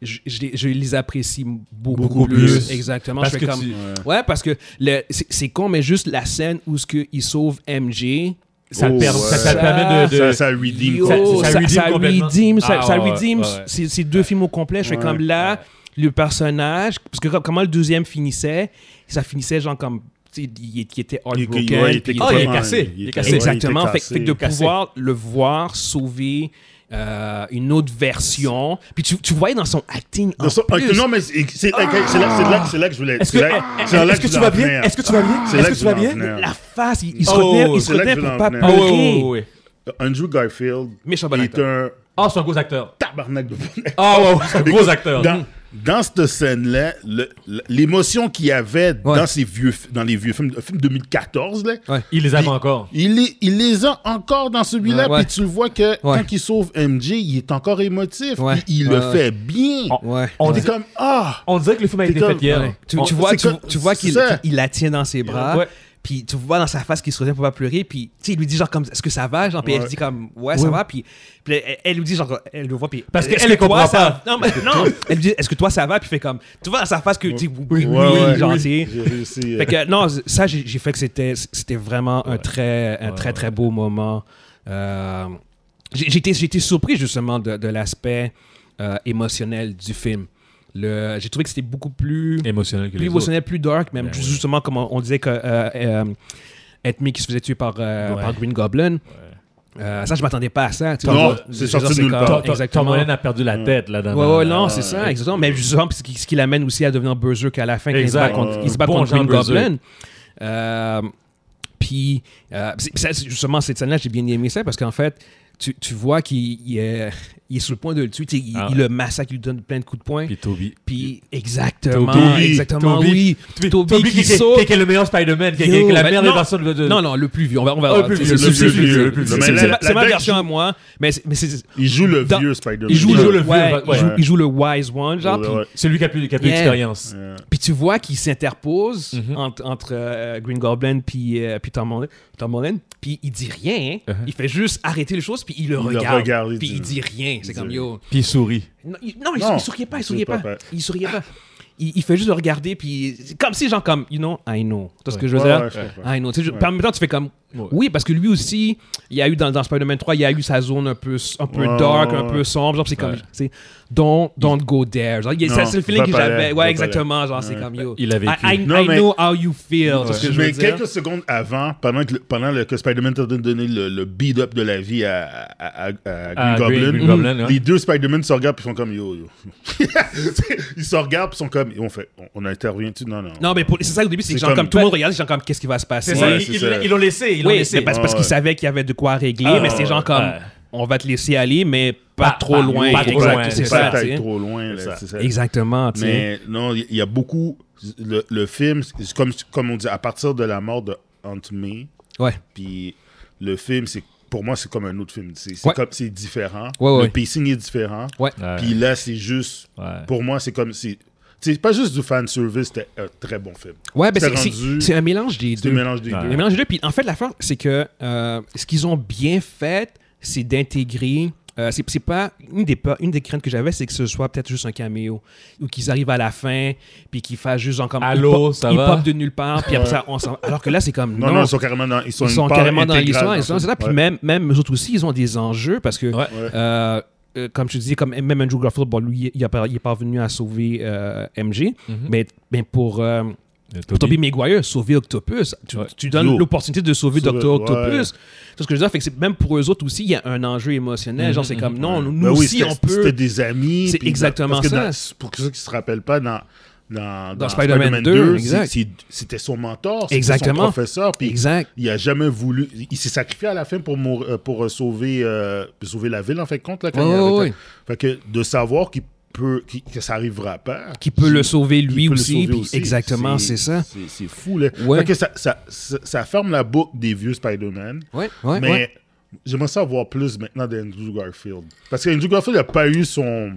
A: je, je les- je les apprécie beaucoup,
B: Beaucoup
A: plus.
B: plus.
A: Exactement.
B: Parce
A: Je
B: que
A: fais comme-
B: tu-
A: Ouais, parce que le- c'est c'est con, mais juste la scène où ce que il sauve MJ.
B: ça le
C: Oh,
B: permet-
C: ouais.
B: ça te permet de- de.
C: Ça, ça redeem
A: Yo,
B: complètement.
A: ça,
B: Ça- ça
A: ça
B: redeem complètement.
A: redeem, ça-
B: Ah,
A: ça
B: ouais,
A: redeem
B: ouais.
A: ces ces deux films au complet. Je fais
C: Ouais.
A: comme là, le personnage, parce que comme- comment le deuxième finissait, ça finissait genre comme tu sais, il, il était heartbroken.
C: Il- ouais, il était
A: puis-
B: Ah, il est
C: complètement-
B: cassé.
C: il
B: Il est
C: était-
B: cassé.
C: ouais, il était
A: Exactement. Fait,
C: cassé.
A: fait que de
B: Cassé.
A: pouvoir le voir sauver euh, une autre version. Puis tu, tu voyais dans son acting en
C: Non, ça-
A: plus. euh,
C: ok, euh, non, mais c'est c'est- ok, c'est là, c'est là- c'est là que je voulais.
B: Est-ce que,
C: c'est là-
B: eh, eh,
C: c'est là
B: est-ce
C: je
B: que tu
C: voulais
B: vas
C: en
B: bien?
C: venir.
B: Est-ce que tu vas bien?
C: C'est
B: Est-ce
C: là
B: que
C: que
B: tu
C: je
B: vas
C: voulais en
B: bien?
C: venir.
A: La face, il, il se
B: Oh,
A: retenait, il se
B: c'est
C: là que
A: retenait
C: je
A: pour
C: voulais en
A: pas
C: venir.
B: Ah, ouais,
A: pleurer.
B: ouais, ouais, ouais.
C: Andrew Garfield
A: Méchant bon
C: est
A: acteur.
C: un
B: Ah, c'est un gros acteur.
C: tabarnak de bon
B: Ah, ouais, ouais, c'est un gros acteur.
C: dans, dans cette scène-là, le- le- l'émotion qu'il y avait dans, ces vieux, fi- dans les vieux films, le film 2014, là,
A: Ouais.
B: Il les avait encore.
C: il, les- il les a encore dans celui-là.
A: Ouais.
C: Puis tu le vois que
A: Ouais.
C: quand il sauve MJ, il est encore émotif.
A: Ouais.
C: puis il
A: Ouais,
C: le
A: ouais.
C: fait bien.
A: Ouais.
B: On
C: On est
B: dit-
C: comme Ah!
B: On dirait que le film a
C: C'est
B: été
C: comme-
B: fait hier.
A: Ouais. Tu,
B: On-
A: tu vois,
C: c'est
A: tu,
C: comme-
A: tu vois qu'il
C: c'est ça.
A: qu'il la tient dans ses bras.
B: Ouais.
A: Puis tu vois dans sa face qu'il se retient pour pas pleurer. Puis tu sais, il lui dit genre comme est-ce que ça va genre puis elle
C: Ouais.
A: dit comme ouais, ça va puis, puis elle, elle lui dit genre elle le voit puis
B: Parce
A: est-ce
B: qu'elle les
A: toi,
B: comprend
A: ça- Non mais non, elle lui dit est-ce que toi ça va puis il fait comme tu vois dans sa face que tu sais, oui, oui,
C: Ouais,
A: oui,
C: ouais,
A: genre,
C: oui.
A: tu sais.
C: J'ai réussi. euh,
A: Fait que non, ça, j'ai j'ai fait que c'était c'était vraiment un très, un très, très beau moment. Euh, j'ai j'ai été, j'ai été surpris, justement, de, de l'aspect euh, émotionnel du film. Le- J'ai trouvé que c'était beaucoup plus,
B: Émotionnel que
A: plus
B: les autres.
A: émotionnel, plus dark, même.
B: Ben oui.
A: justement, comme on, on disait que euh, euh, Ethme qui se faisait tuer par, euh,
B: Ouais.
A: par Green Goblin. Euh, ça, je m'attendais pas à ça. tu sais.
C: Non,
A: Genre,
C: c'est
A: genre,
C: sorti de nulle
A: comme-
C: part.
B: Tom- Tom- Tom
A: Exactement.
B: Holland a perdu la tête là dans
A: Ouais, ouais,
B: dans-
A: non, c'est ça, exactement. Mais justement, puis ce qui, ce qui l'amène aussi à devenir Berserk à la fin, quand il se bat
B: Exact.
A: contre,
C: Ouais.
A: il se bat
B: Bon
A: contre
B: genre
A: Green
B: Berserk.
A: Goblin. Euh, puis, euh, c'est- ça, c'est justement, cette scène-là, j'ai bien aimé ça parce qu'en fait, tu, tu vois qu'il il est- il est sur le point de le tuer. Tu sais, Il,
B: Ah
A: il
B: ouais.
A: le massacre, il lui donne plein de coups de poing.
B: Puis Toby.
A: Puis, exactement,
C: Toby,
A: exactement,
B: Toby.
A: oui.
B: Toby,
A: Toby qui
B: qui, est-
A: saute.
B: qui est le meilleur Spider-Man, qui, est- qui est
A: Yo,
B: la
A: ben
B: meilleure
A: non.
B: des personnes de, de-
A: Non, non, le plus vieux. On va, on va
B: Ah, le plus
A: c'est-
B: vieux,
A: c'est-
B: le
A: c'est-
B: plus vieux, le plus
A: c'est-
B: vieux.
A: c'est-
C: Mais
A: C'est
C: la-
A: ma- c'est ma
C: la-
A: version à moi, mais c'est- mais c'est-
C: Il joue le
A: Dans-
C: vieux Spider-Man.
A: il joue
B: joue
A: le
B: le
A: ouais,
B: vieux,
A: il joue-
B: ouais.
A: il joue le wise one, genre.
C: Ouais,
A: puis-
C: ouais.
B: C'est lui qui a plus, qui a plus
A: Yeah.
B: d'expérience.
C: Euh,
A: Puis tu vois qu'il s'interpose
B: Mhm.
A: entre, entre, euh, Green Goblin puis, euh, puis Tom Holland, Tom Holland, puis il dit rien. hein.
B: Uh-huh.
A: Il fait juste arrêter les choses, puis il le
C: le
A: regarde.
C: regarde, il
A: puis
C: dit-
A: il dit rien. C'est
C: dit
A: comme,
C: rien.
A: yo...
B: Puis il sourit.
A: Non, il, non, il-
C: Non,
A: il souriait pas, il
C: il
A: souriait pas.
C: souriait pas.
A: Il souriait pas. Il, il fait juste le regarder, puis c'est comme si, genre, comme, you know, I know. Tu vois ce que je veux
C: Ouais,
A: dire?
C: ouais, je comprends.
A: I know. Tu sais, je-
C: Ouais.
A: En même temps, tu fais comme.
B: Ouais.
A: Oui, parce que lui aussi, il y a eu dans, dans Spider-Man 3, il y a eu sa zone un peu, un peu
C: Ouais,
A: dark,
C: ouais,
A: un
C: ouais.
A: peu sombre. Genre, c'est comme.
B: Ouais.
A: C'est don't, don't go there. Genre, il-
C: Non,
A: ça, c'est le feeling
C: va
A: que
C: pas là,
A: j'avais.
C: va pas
A: Ouais,
C: là.
A: exactement. Genre, c'est comme yo.
B: Il a vécu.
A: I, I-
C: Non,
A: I
C: mais-
A: know how you feel. tu vois ce que je veux
C: Mais
A: dire?
C: quelques secondes avant, pendant que, le- pendant le- que Spider-Man t'a donné le, le beat-up de la vie à, à- à- à Green
B: Ah,
C: Goblin,
B: Green- Green Goblin, ouais.
C: les deux Spider-Man se regardent et sont comme yo, yo. ils se regardent et sont comme on fait, on- on intervient tu Non, non.
A: Non, mais pour- c'est ça au début, c'est que
C: C'est
A: genre, comme,
C: comme-
A: tout le monde regardait, genre, comme, qu'est-ce qui va se passer?
C: ça, Ouais, c'est
B: ils,
C: ça.
B: ils l'ont laissé. Ils l'ont
A: Oui,
B: laissé.
A: mais parce, parce
C: Ah,
A: qu'il
C: ouais.
A: savait qu'il y avait de quoi régler,
B: Ah,
A: mais c'est genre
B: ouais.
A: comme
B: Ouais.
A: on va te laisser aller, mais pas
B: Pas-
A: trop
B: pas-
A: loin.
B: pas trop
A: Exact,
B: loin,
A: c'est
B: c'est
A: ça.
C: pas
A: tu
C: être
A: sais.
C: trop loin. là, c'est ça.
A: Exactement, tu sais.
C: Mais non, il y, y a beaucoup. Le, le film, c'est comme, comme on dit, à partir de la mort de Aunt May,
A: Ouais.
C: puis le film, c'est pour moi, c'est comme un autre film. C'est c'est
A: Ouais.
C: comme- c'est différent.
A: Ouais, ouais.
C: Le pacing est différent.
A: Ouais.
B: Ouais.
C: Puis là, c'est juste.
B: Ouais.
C: Pour moi, c'est comme si. C'est pas juste du fan service, c'était un très bon film.
A: Ouais, ben,
C: C'est
A: c'est- c'est
C: rendu-
A: c'est un mélange des
C: C'est
A: deux.
C: un mélange des
B: Ouais.
A: Le
C: deux.
A: mélange des deux. Puis en fait, la fin, c'est que euh, ce qu'ils ont bien fait, c'est d'intégrer. euh, c'est c'est pas une des peurs- une des craintes que j'avais, c'est que ce soit peut-être juste un caméo ou qu'ils arrivent à la fin puis qu'ils fassent juste genre comme
B: Allô,
A: ils pop-
B: ça
A: ils
B: va?
A: pop de nulle part puis après ça on s'en- alors que là c'est comme
C: Non, non, ils sont carrément dans, ils sont
A: ils
C: une
A: sont
C: part
A: carrément dans
C: intégrale
A: l'histoire. ils
C: ça.
A: sont- c'est ça. Puis
C: Ouais.
A: même, même eux autres aussi, ils ont des enjeux parce que,
B: Ouais.
A: euh, euh, comme tu dis, comme même Andrew Garfield, bon, lui, il n'est pas, il est pas venu à sauver euh, MG,
C: Mm-hmm.
A: mais, mais pour, euh, pour Tobey Maguire, sauver Octopus, tu,
B: Ouais.
A: tu donnes
C: Lourd.
A: l'opportunité de sauver
C: Sauver-
A: Dr.
C: ouais.
A: Octopus. C'est ce que je veux dire. Fait que c'est- même pour eux autres aussi, il y a un enjeu émotionnel. Genre, c'est comme, non, nous,
C: Mm-hmm. Ben oui,
A: aussi,
C: c'était-
A: on
C: C'était
A: peut.
C: des amis.
A: C'est
C: puis ils-
A: exactement
C: parce que
A: ça.
C: dans- pour ceux qui se rappellent pas, dans, dans,
A: Spider-Man 2,
C: c'est-
A: exact.
C: c'est- c'était son mentor, c'était
A: Exactement.
C: son professeur. Puis
A: Exact.
C: il a jamais voulu. Il s'est sacrifié à la fin pour, mourir- euh, pour euh, sauver, euh, sauver la ville, en fait, compte. Là, quand
A: Ouais,
C: il- avec
A: ouais,
C: la- Fait que de savoir qu'il peut, qu'il- que ça arrivera pas.
A: Qui peut le sauver
C: qu'il
A: lui
C: peut le
A: aussi,
C: sauver
A: puis exactement, c'est ça.
C: c'est- C'est fou, là.
A: Ouais.
C: Fait que ça, ça, ça, ça ferme la boucle des vieux Spider-Man.
A: Ouais, ouais,
C: mais
A: ouais.
C: j'aimerais ça avoir plus maintenant d'Andrew Garfield. Parce qu'Andrew Garfield n'a pas eu son.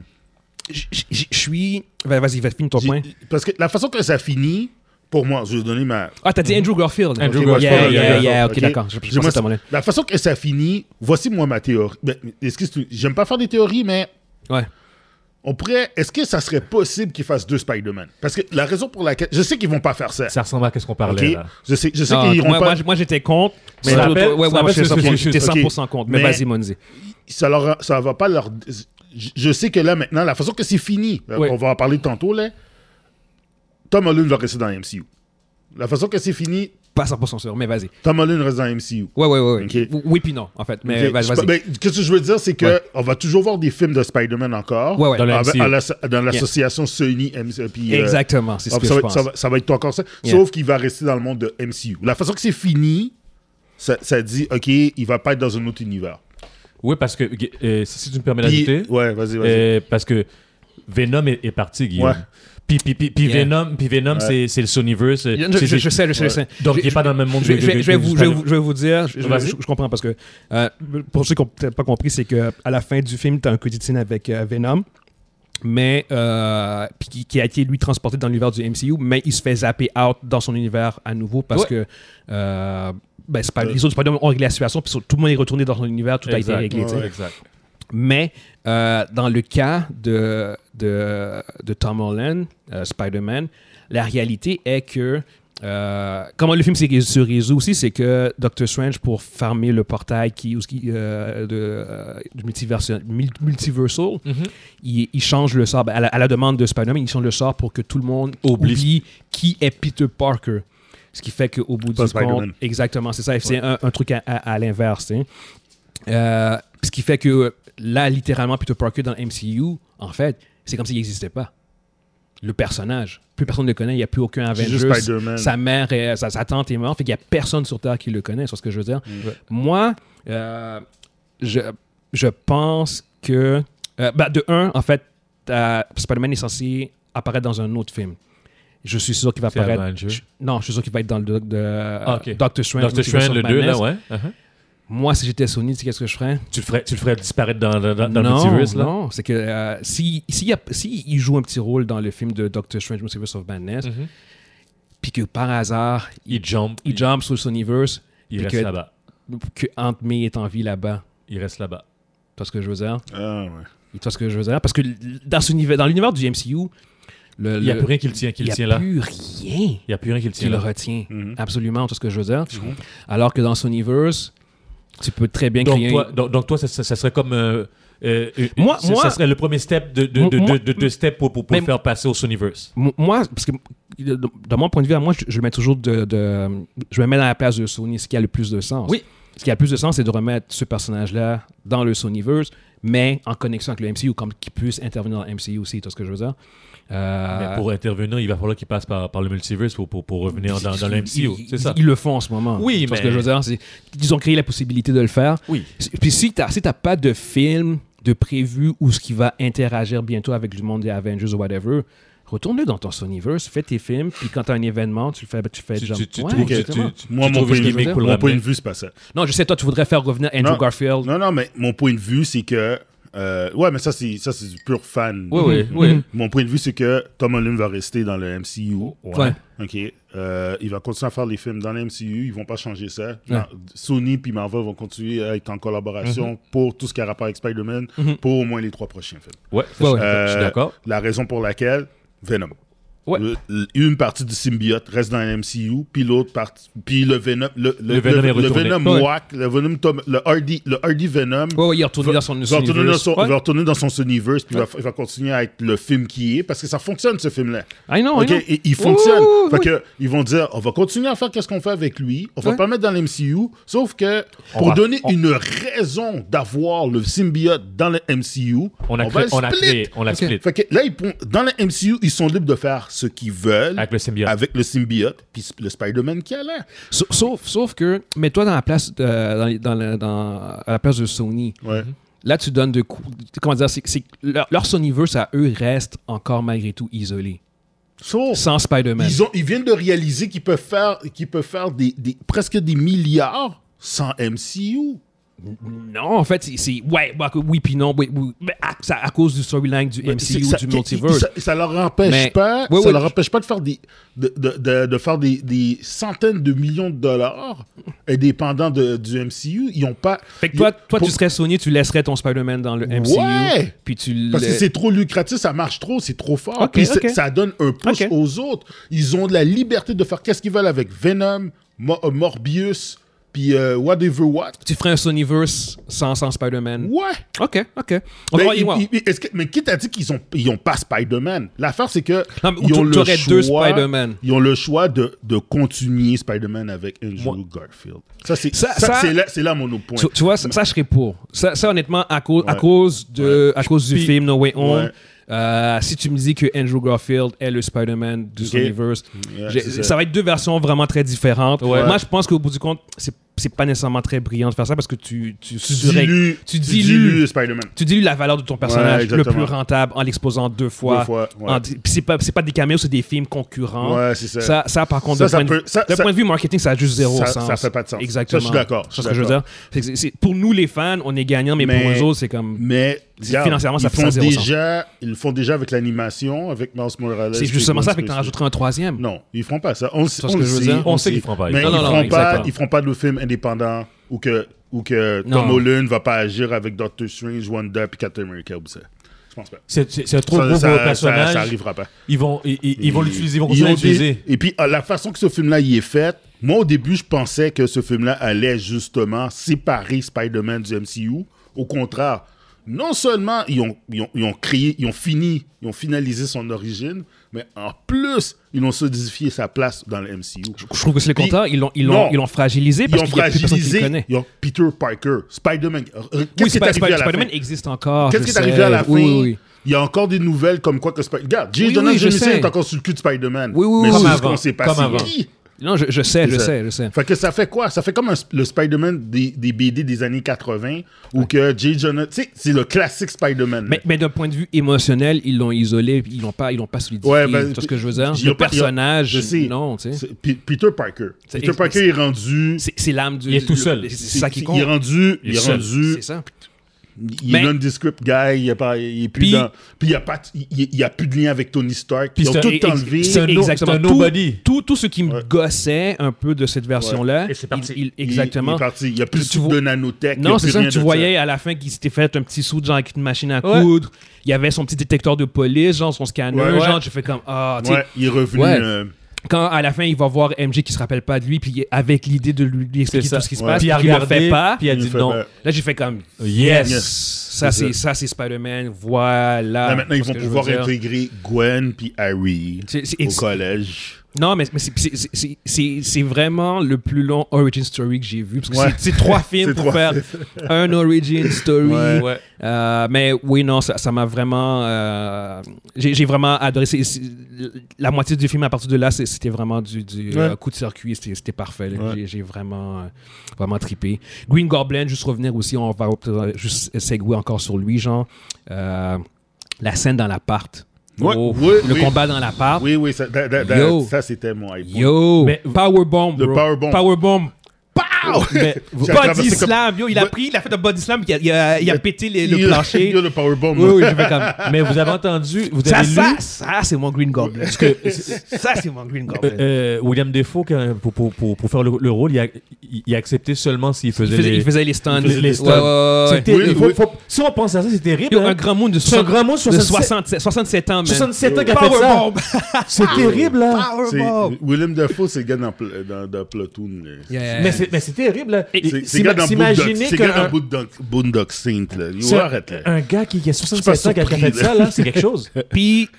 A: J- j- j- Je suis. Vas- Vas-y, vas finir ton
C: j'ai-
A: point.
C: Parce que la façon que ça finit, pour moi, je vais donner ma.
A: Ah, t'as dit Andrew Garfield.
B: Mhm. Andrew
A: Ok,
B: Garfield,
A: Yeah, yeah,
B: yeah,
A: yeah,
C: yeah,
A: ok,
C: ok.
A: d'accord. Je- je pensais
C: J'aimerais
A: que t'as mon avis.
C: La façon que ça finit, voici moi ma théorie. Ben, est-ce que c'est- J'aime pas faire des théories, mais
A: Ouais.
C: on pourrait. Est-ce que ça serait possible qu'ils fassent deux Spider-Man Parce que la raison pour laquelle. Je sais qu'ils vont pas faire ça.
B: Ça ressemble à ce qu'on
C: ok?
B: parlait là.
C: Je sais, je sais
A: Ah,
C: qu'ils iront
A: moi,
C: pas.
A: moi, j- moi, j'étais contre.
B: Mais
A: Sur-
B: rappelle-
A: ouais, ouais,
B: rappelle
A: moi, je
B: ce que
A: suis-
B: je-
A: j'étais
C: ok.
A: 100% contre. Mais
C: Mais-
A: vas-y, Monzi.
C: ça leur ça va pas leur je- je sais que là maintenant la façon que c'est fini euh,
A: Ouais.
C: on va en parler tantôt là Tom Holland va rester dans la MCU la façon que c'est fini
A: Pas 100% sûr, mais vas-y.
C: Tom Holland reste dans la MCU
A: Ouais, ouais, ouais. ouais.
C: Ok.
A: Ou- Oui, puis non, en fait. Mais
C: Ok,
A: vas-
C: je-
A: vas-y.
C: ben, qu'est-ce que je veux dire c'est que
A: Ouais.
C: on va toujours voir des films de Spider-Man encore
A: Ouais, ouais. Dans
B: la
C: avec-
B: MCU.
C: à la- dans l'association Sony MCU puis, euh,
A: Exactement, c'est ce
C: ah,
A: que
C: ça,
A: je
C: va,
A: pense.
C: ça va- ça va être encore ça
A: Yeah.
C: sauf qu'il va rester dans le monde de MCU la façon que c'est fini ça, ça dit ok il va pas être dans un autre univers
B: Oui, parce que euh, si si tu me permets
C: Puis-
B: d'ajouter.
C: ouais vas-y vas-y
B: Euh, parce que Venom est, est parti, Guillaume.
C: Ouais.
B: Puis, puis, puis, puis
A: Yeah.
B: Venom, puis Venom c'est, c'est le Sonyverse.
A: Je,
B: c'est-
A: je-
B: c'est-
A: je sais, je sais, je sais.
B: Donc,
A: Je-
B: il n'est pas dans le même monde
A: je,
B: que-
A: je-
B: que-
A: je vais
B: que-
A: vous,
B: que-
A: je, vais vous- je vais vous dire, je, je-
B: Vas-y.
A: je- je comprends parce que euh, pour ceux qui n'ont peut-être pas compris, c'est qu'à la fin du film, tu as un coup de scène avec euh, Venom, mais euh, puis qui, qui a été lui transporté dans l'univers du MCU, mais il se fait zapper out dans son univers à nouveau parce
B: Ouais.
A: que euh, ben, c'est pas, les autres Spider-Man ont réglé la situation, puis tout le monde est retourné dans son univers, tout a été
B: Exact.
A: réglé. tu sais.
B: Ouais, ouais, exact.
A: Mais euh, dans le cas de, de, de Tom Holland, euh, Spider-Man, la réalité est que. euh, comment le film s'est- se résout aussi, c'est que Doctor Strange, pour farmer le portail qui, où ce qui, euh, de, euh, du multiverse- mul- multiversal, il, il change le sort. Ben, À la, à la demande de Spider-Man, il change le sort pour que tout le monde oublie,
B: Oublie.
A: qui est Peter Parker. Ce qui fait qu'au bout
C: Pas
A: du compte.
C: Spider-Man.
A: Exactement, c'est ça. C'est un, un truc à, à- à l'inverse. tu sais. Euh, ce qui fait que euh, là, littéralement, Peter Parker dans le MCU, en fait, c'est comme s'il n'existait pas. Le personnage. Plus personne ne le connaît, il n'y a plus aucun
C: C'est
A: Avengers.
C: juste Spider-Man.
A: Sa mère, est- sa, sa tante est morte, fait qu'il n'y a personne sur Terre qui le connaît, c'est ce que je veux dire. Moi, euh, je, je pense que Euh, bah, de un, en fait, euh, Spider-Man est censé apparaître dans un autre film. Je suis sûr qu'il va
B: C'est
A: apparaître.
B: Avenger.
A: je- non, je suis sûr qu'il va être dans le doc- de,
B: Ah, ok.
A: euh, Doctor Strange.
B: Doctor
A: Multiverse
B: Strange, le
A: of
B: 2,
A: Madness.
B: là, ouais. Uh-huh.
A: Moi, si j'étais Sony, tu sais qu'est-ce que je ferais
B: Tu le ferais, tu le ferais disparaître dans, dans, dans le
A: Non,
B: multiverse, là.
A: non. C'est que euh, si, s'il y a- s'il il joue un petit rôle dans le film de Doctor Strange Multiverse of Madness,
B: Mhm.
A: puis que par hasard, il,
B: Il jump,
A: il jump sur le Sonyverse,
B: il
A: puis
B: reste
A: que-
B: là-bas.
A: que Aunt May est en vie là-bas.
B: Il reste là-bas.
A: Tu vois ce que je veux dire
C: Ah, ouais.
A: Tu vois ce que je veux dire Parce que l- dans, ce univers- dans l'univers du MCU, le,
B: Il n'y a
A: le-
B: plus rien qui le tient, qui
A: il y
B: le
A: a
B: tient là.
A: plus rien
B: Il n'y a plus rien qui le
A: qui
B: tient
A: le
B: là.
A: retient.
C: Mhm.
A: Absolument, tu vois ce que je veux dire Alors que dans Sonyverse, tu peux très bien
B: Donc
A: créer...
B: toi, donc, donc toi ça, ça- ça serait comme. euh, euh, euh,
A: Moi-
B: ça,
A: moi-
B: ça serait le premier step de, de, de,
A: Moi-
B: de, de- de step pour, pour, pour
A: Mais-
B: le faire passer au Sonyverse.
A: M- Moi, parce que de, de mon point de vue, à moi, je, je mets toujours de, de- Je me mets dans la place de Sony, ce qui a le plus de sens.
B: Oui.
A: Ce qui a le plus de sens, c'est de remettre ce personnage-là dans le Sonyverse, mais en connexion avec le MCU, comme qu'il puisse intervenir dans le MCU aussi, tu vois ce que je veux dire Euh,
B: Mais pour intervenir, il va falloir qu'il passe par, par le multiverse pour, pour, pour revenir dans, dans le MCU.
A: Ils,
B: C'est ça.
A: ils le font en ce moment.
B: Oui,
A: Tu vois ce
B: mais-
A: que je veux dire, c'est- ils ont créé la possibilité de le faire.
B: Oui.
A: Puis si t'as si t'as pas de film de prévu ou ce qui va interagir bientôt avec le monde des Avengers ou whatever, retourne-le dans ton Sonyverse, fais tes films, puis quand t'as un événement, tu le fais, tu fais
B: Tu-
A: genre,
B: tu- tu
A: ouais,
B: trouves que
A: exactement.
B: tu-
C: Moi, mon
B: trouves
C: point,
B: ce
C: de
B: gimmick
C: vue,
B: pour le
C: mon point de
B: ramener?
C: vue, c'est pas ça.
A: Non, je sais, toi, tu voudrais faire revenir Andrew
C: Non.
A: Garfield.
C: Non, non, mais mon point de vue, c'est que. euh, ouais, mais ça, c'est ça, c'est du pur fan.
B: Oui, oui,
A: Mhm.
B: oui.
A: Mhm.
C: Mon point de vue, c'est que Tom Holland va rester dans le MCU.
A: Ouais.
C: OK. Euh, il va continuer à faire les films dans le MCU. Ils vont pas changer ça.
A: Ouais.
C: Ma- Sony puis Marvel vont continuer à être en collaboration
B: Mm-hmm.
C: pour tout ce qui a rapport avec Spider-Man pour au moins les trois prochains films.
B: Ouais,
A: Ouais,
B: ça, Mm-hmm. je-
C: ouais.
B: je suis d'accord.
C: La raison pour laquelle Venom.
A: Ouais.
C: Le- une partie du symbiote reste dans le MCU, puis l'autre partie, puis le Venom, le,
B: Le Venom est
C: le
B: retourné.
C: Venom
A: Ouais.
C: Wack, le Venom Tom, le Hardy, le Hardy Venom.
A: Ouais, ouais, il est retourné
C: va-
A: dans son
C: il va retourner dans
A: Sonyverse.
C: son,
A: Ouais.
C: il va retourner dans son Sonyverse, puis il va- il va continuer à être le film qui est, parce que ça fonctionne ce film-là.
A: I know, I
C: OK,
A: know.
C: et- il fonctionne.
A: Oui, oui, oui,
C: fait que, ils vont dire, on va continuer à faire qu'est-ce qu'on fait avec lui. On va
A: Ouais.
C: pas le mettre dans l'MCU. Sauf que, pour
B: va-
C: donner
B: on-
C: une raison d'avoir le symbiote dans le MCU,
B: On a
C: va
B: créé-
C: le
B: on a
C: split.
B: créé, on l'a
A: Ok.
B: split.
C: Fait que là, ils pon- dans le MCU, ils sont libres de faire ce qu'ils veulent
B: Avec le symbiote.
C: avec le symbiote, puis le Spider-Man qui a là.
A: Sa- Sauf, sauf que, mets-toi dans la place, de- dans, les- dans la- dans- à la place de Sony.
C: Ouais.
A: Là, tu donnes de coups. Comment dire, c'est, c'est- leur, leur Sonyverse à eux reste encore malgré tout isolé.
C: Sauf,
A: Sans Spider-Man.
C: ils, ont, ils viennent de réaliser qu'ils peuvent faire, qu'ils peuvent faire des, des- presque des milliards sans MCU.
A: Non, en fait, c'est- c'est. Ouais, bah, que oui, puis non. Oui, oui. Mais à, ça- à cause du storyline du
C: C'est-
A: MCU,
C: ça-
A: du
C: qui-
A: multiverse.
C: Ça, ça leur empêche
A: Mais-
C: pas,
A: Oui,
C: ça
A: oui,
C: leur
A: je-
C: empêche pas de faire des, de, de- de- de faire des, des centaines de millions de dollars indépendants de, du MCU. Ils ont pas.
A: fait que toi,
C: ils-
A: toi
C: pour-
A: tu serais Sony, tu laisserais ton Spider-Man dans le MCU.
C: Ouais!
A: Puis tu
C: Parce que
A: le-
C: c'est trop lucratif, ça marche trop, c'est trop fort.
A: Ok,
C: Puis c'est-
A: ok.
C: ça donne un push
A: Ok.
C: aux autres. Ils ont de la liberté de faire qu'est-ce qu'ils veulent avec Venom, Mo- euh, Morbius, puis euh, whatever what.
A: tu ferais un Sonyverse sans, sans Spider-Man.
C: Ouais. Ben,
A: Ok, ok. On
C: Mais,
A: va-
C: il-
A: wow.
C: il- est-ce que- mais qui t'a dit qu'ils ont, ils ont pas Spider-Man? L'affaire, c'est que.
A: Non, mais
C: ils ont
A: tu-
C: le
A: t'aurais
C: choix,
A: deux Spider-Man.
C: Ils ont le choix de, de continuer Spider-Man avec Andrew Garfield. Ça, c'est
A: Ça-
C: ça,
A: ça-
C: c'est là, c'est là mon autre point.
A: Tu, tu vois, ça, ça, je serais pour. Ça, ça, honnêtement, à cause, à
C: Ouais.
A: cause, de, à cause du
B: Puis-
A: film No Way Home,
C: Ouais.
A: euh, si tu me dis que Andrew Garfield est le Spider-Man du Sonyverse,
C: Mm, Yeah,
A: j'ai-
C: c'est
A: ça.
C: ça.
A: va être deux versions vraiment très différentes.
B: Ouais.
A: Moi, je pense qu'au bout du compte, c'est c'est pas nécessairement très brillant de faire ça parce que tu, tu,
C: tu
A: surrec-
C: dilues,
A: tu
C: tu
A: dilues-
C: dilues Spider-Man.
A: tu dilues la valeur de ton personnage le
C: exactement.
A: plus rentable en l'exposant deux fois.
C: Deux fois, ouais.
A: En di- Puis c'est pas, c'est pas des caméos, c'est des films concurrents.
C: Ouais, c'est ça.
A: Ça, ça, par contre,
C: Ça,
A: d'un
C: ça
A: point, de-
C: peut- ça-
A: d'un
C: ça-
A: point de vue marketing, ça a juste zéro
C: Ça-
A: sens.
C: ça fait pas de sens.
A: Exactement.
C: Ça, je suis d'accord,
A: C'est ce
C: je suis
A: que je veux dire.
C: d'accord.
A: Fait que c'est- c'est- pour nous, les fans, on est gagnants, mais, pour
C: Mais-
A: eux autres, c'est comme.
C: Mais regarde,
A: financièrement, ça
C: ils
A: fait ça
C: font
A: zéro sens.
C: déjà, ils le font déjà avec l'animation, avec Miles Morales.
A: C'est
C: qui
A: justement
C: est
A: ça, fait que t'en
C: Gwen Stacy.
A: rajouterais un troisième.
C: Non, ils feront pas ça. On,
A: vois
C: sait,
A: ce
C: on
A: que
C: le
A: je veux
C: sait,
A: dire?
B: On sait qu'ils feront pas.
C: Mais
B: Non,
C: ils,
A: non, non,
C: feront pas,
B: exactement.
C: ils feront pas de film indépendant ou que, ou que Tom
A: Non.
C: Holland va pas agir avec Doctor Strange, Wanda puis Captain America ou ça. Je pense pas.
B: C'est- C'est c'est un trop
C: ça,
B: gros
C: ça-
B: gros
C: ça-
B: personnage.
C: ça arrivera pas.
B: Ils vont, ils, ils- ils vont
C: Et-
B: l'utiliser, ils vont
C: ils
B: continuer à
C: ont des-
B: l'utiliser.
C: Et puis, à la façon que ce film-là y est fait, moi, au début, je pensais que ce film-là allait justement séparer Spider-Man du MCU. Au contraire, non seulement ils ont, ils ont, ils ont créé, ils ont fini, ils ont finalisé son origine, mais en plus, ils ont solidifié sa place dans le MCU.
A: Je trouve que c'est le
C: Puis-
A: contraire. Ils l'ont, ils
C: Non.
A: l'ont, ils l'ont fragilisé
C: Ils
A: parce
C: ont
A: qu'il y a plus personne qui le connaît.
C: fragilisé ils ont Peter Parker, Spider-Man. Euh, euh,
A: Oui,
C: Qu'est-ce qui est
A: Spi-
C: arrivé à
A: Spi-
C: la fin?
A: Spider-Man existe encore.
C: Qu'est-ce
A: Ah, je
C: qui est arrivé à la
A: sais.
C: fin?
A: Oui, oui.
C: Il y a encore des nouvelles comme quoi que Spider-Man. Regarde, J.
A: Oui,
C: Jonah
A: oui, je
C: Jameson
A: sais.
C: est encore sur le cul de Spider-Man.
A: Oui, oui,
C: mais
A: oui,
C: c'est
B: oui.
C: juste
B: Comme
C: qu'on sait
B: avant,
C: pas
B: comme
C: c'est
B: avant.
C: qui.
A: Non, je, je sais, je
C: C'est ça.
A: sais, je sais.
C: Fait que ça fait quoi? Ça fait comme un- le Spider-Man des, des BD des années 80 ou que J. Jonah. Tu sais, c'est le classique Spider-Man.
A: Mais, mais d'un point de vue émotionnel, ils l'ont isolé, puis ils l'ont pas, ils l'ont pas solidifié.
C: Ouais, ben,
A: tu vois ce que je veux dire?
C: il y a
A: Le
C: pas- il y a-
A: personnage,
C: je sais.
A: non, tu sais.
C: C'est P- Peter Parker.
A: C'est-
C: Peter
A: c'est-
C: Parker est rendu.
A: C'est c'est l'âme du.
B: Il est tout
A: le-
B: seul.
A: C'est ça qui
C: Il est
A: compte.
C: rendu.
B: Il est
C: Il est
B: seul.
C: rendu.
A: C'est ça.
C: Il est
A: Mais-
C: nondescript guy. Il est, pas, il est plus
A: Puis-
C: dans. Puis il n'y a, pas- il- il- il y a plus de lien avec Tony Stark.
B: Puis
C: Ils ont
B: c'est un-
C: tout
A: ex-
C: enlevé.
B: c'est un no-
A: exactement.
B: c'est un
A: Tout-
B: nobody.
A: Tout, tout ce qui me
C: Ouais.
A: gossait un peu de cette version-là.
B: Ouais. Et c'est parti.
A: il- il-
C: Il-
A: exactement.
C: Il, est parti. Il n'y a plus
A: Tu
C: de,
A: vois-
C: de nanotech. il y a
A: non, c'est
C: plus
A: ça.
C: rien
A: Tu
C: de
A: voyais à la fin qu'il s'était fait un petit sou de genre avec une machine à
B: Ouais.
A: coudre. Il y avait son petit détecteur de police, genre son scanner.
C: Ouais.
A: Genre, je fais comme. Ah, tu sais,
C: Ouais, il est revenu.
A: Ouais.
C: euh,
A: quand à la fin il va voir MJ qui se rappelle pas de lui puis il est avec l'idée de lui lui expliquer
B: ça.
A: tout ce qui se
C: Ouais.
A: passe
B: Puis il a
A: puis il le
B: regardé,
A: fait pas
B: puis il a
C: il
B: dit
C: fait,
B: non.
C: ben,
A: là j'ai fait comme
B: Yes.
A: yes. ça
C: C'est
A: c'est ça c'est Spider-Man voilà
C: Là, maintenant, ils
A: ce
C: vont
A: que Ah, je
C: pouvoir
A: veux dire.
C: intégrer Gwen puis Harry
A: C'est- c'est-
C: au
A: c'est-
C: collège.
A: non mais, mais c'est- c'est- c'est- c'est- c'est c'est vraiment le plus long origin story que j'ai vu parce que
C: Ouais.
A: c'est c'est trois
C: C'est
A: films pour
C: trois
A: faire un origin story
C: Ouais.
B: Ouais.
A: Euh, mais oui, non, ça ça m'a vraiment. euh, J'ai j'ai vraiment adoré. C'est- c'est- la moitié du film, à partir de là, c'est- c'était vraiment du, du,
C: Ouais.
A: euh, coup de circuit. C'était c'était parfait. là.
C: Ouais.
A: J'ai- J'ai vraiment, euh, vraiment trippé. Green Goblin, juste revenir aussi, on va euh, juste segouer encore sur lui, genre. Euh, la scène dans l'appart.
C: Ouais,
A: Oh,
C: oui,
A: le
C: oui.
A: combat dans l'appart.
C: Oui, oui, ça, da- da- da-
A: Ah. Yo.
C: ça, c'était mon hype.
A: Yo!
B: Mais-
A: Powerbomb,
C: Le
A: bro.
C: powerbomb.
A: Powerbomb. Pow!
B: Mais-
C: Ça
A: Body
C: traversait comme-
A: slam. Yo, il a
C: Ouais.
A: pris, il a fait un body slam, puis il a, il a- il a pété les- le
C: Il y a-
A: plancher.
C: Il y a le powerbomb.
A: Oui, oui, j'ai fait comme...
B: Mais vous avez entendu, vous
A: Ça,
B: avez lu
A: ça, ça, c'est mon Green Goblin. ça, c'est mon Green
B: euh,
A: Goblin.
B: euh, William Defoe quand- pour, pour, pour, pour faire le, le rôle, il a, il, il a accepté seulement s'il
A: Il
B: faisait,
A: faisait,
B: les.
A: il faisait les stunts.
B: il faisait les stunts.
A: Ouais, ouais,
B: C'est
A: ouais.
B: terrible.
C: Oui,
B: Faut-
C: oui.
B: faut- si on pense à ça, c'est terrible.
A: Yo,
B: hein.
A: un grand monde de,
B: C'est un
A: soix-
B: grand mot de
A: de
B: 67,
A: 67, 67 ans, man.
B: 67 ans qui a fait ça.
A: Powerbomb!
B: C'est terrible, hein. là.
C: C'est-
A: Powerbomb!
C: Willem Dafoe, c'est le gars dans, Pl- dans, dans Platoon. là.
A: Yeah.
B: Mais c'est, mais c'est terrible, là.
A: Et-
C: C'est-
B: Et-
C: C'est le gars dans Boondock-
B: s'imaginer
C: c'est le gars
B: qu'un-
C: dans Boondock- Boondock Saint. là. Yo,
B: c'est un-
C: Arrête, là.
B: un gars qui, qui a
C: Je
B: 67
C: suis
B: ans
C: pas
B: qui a qui a
C: surpris,
B: fait ça, là, c'est quelque chose.
A: Puis,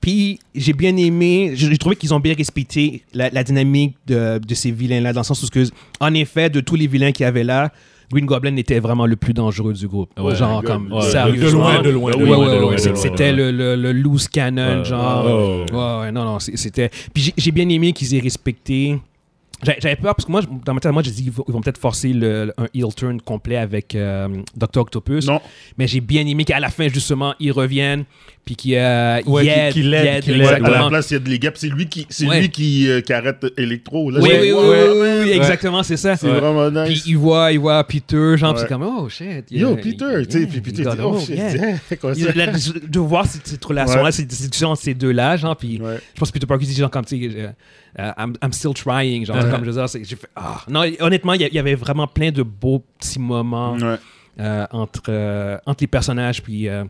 A: puis j'ai bien aimé, j'ai j'ai trouvé qu'ils ont bien respecté la, la dynamique de, de ces vilains-là, dans le sens où, ce que- en effet, de tous les vilains qu'il y avait là, Green Goblin était vraiment le plus dangereux du groupe.
B: Ouais,
A: genre,
C: Green
A: comme,
C: Goblin. Ouais,
A: sérieusement.
B: de loin, de loin, de
A: Ouais,
B: loin,
A: ouais,
B: de
A: ouais,
B: loin,
A: c'est-
B: de loin.
A: C'était le, le, le loose cannon,
B: Ouais,
A: genre.
B: ouais,
A: Ouais, ouais, non, non, c'est- c'était. Puis j'ai- j'ai bien aimé qu'ils aient respecté. J'a- J'avais peur parce que moi, je- dans ma tête, moi, j'ai dit qu'ils vont, ils vont peut-être forcer le, le- un heel turn complet avec Doctor Octopus.
C: Non.
A: Mais j'ai bien aimé qu'à la fin, justement, ils reviennent, puis qu'ils euh, ils
B: Ouais,
A: aident.
B: qu'ils- qu'ils l'aident,
A: ils aident,
B: qu'ils
C: Ouais, à
B: Exactement.
C: la place, il y a de les gaps. C'est lui qui, c'est
A: Ouais.
C: lui qui, euh, qui arrête Electro. Là,
A: Oui,
C: j'ai-
A: oui, oui,
C: Wow,
A: oui, oui, oui, exactement, c'est ça.
C: C'est vraiment nice.
A: Puis il voit, il voit Peter, genre,
C: Ouais.
A: puis c'est comme, oh shit.
C: Yo,
A: yeah,
C: Peter,
A: yeah,
C: tu sais, puis Peter,
A: God,
C: dit, oh
A: oh,
C: shit,
A: yeah.
C: yeah, quoi,
A: Il-
C: ça.
A: la- de voir cette, cette relation-là,
C: Ouais.
A: cette cette discussion entre ces deux-là, genre, puis
C: Ouais.
A: je pense que Peter Parker dit genre comme, tu sais, euh, euh, I'm, I'm still trying, genre,
B: Ouais.
A: comme je veux dire, c'est- j'ai fait, ah. Non, honnêtement, il y a- il y avait vraiment plein de beaux petits moments
C: Ouais.
A: euh, entre, euh, entre les personnages, puis euh,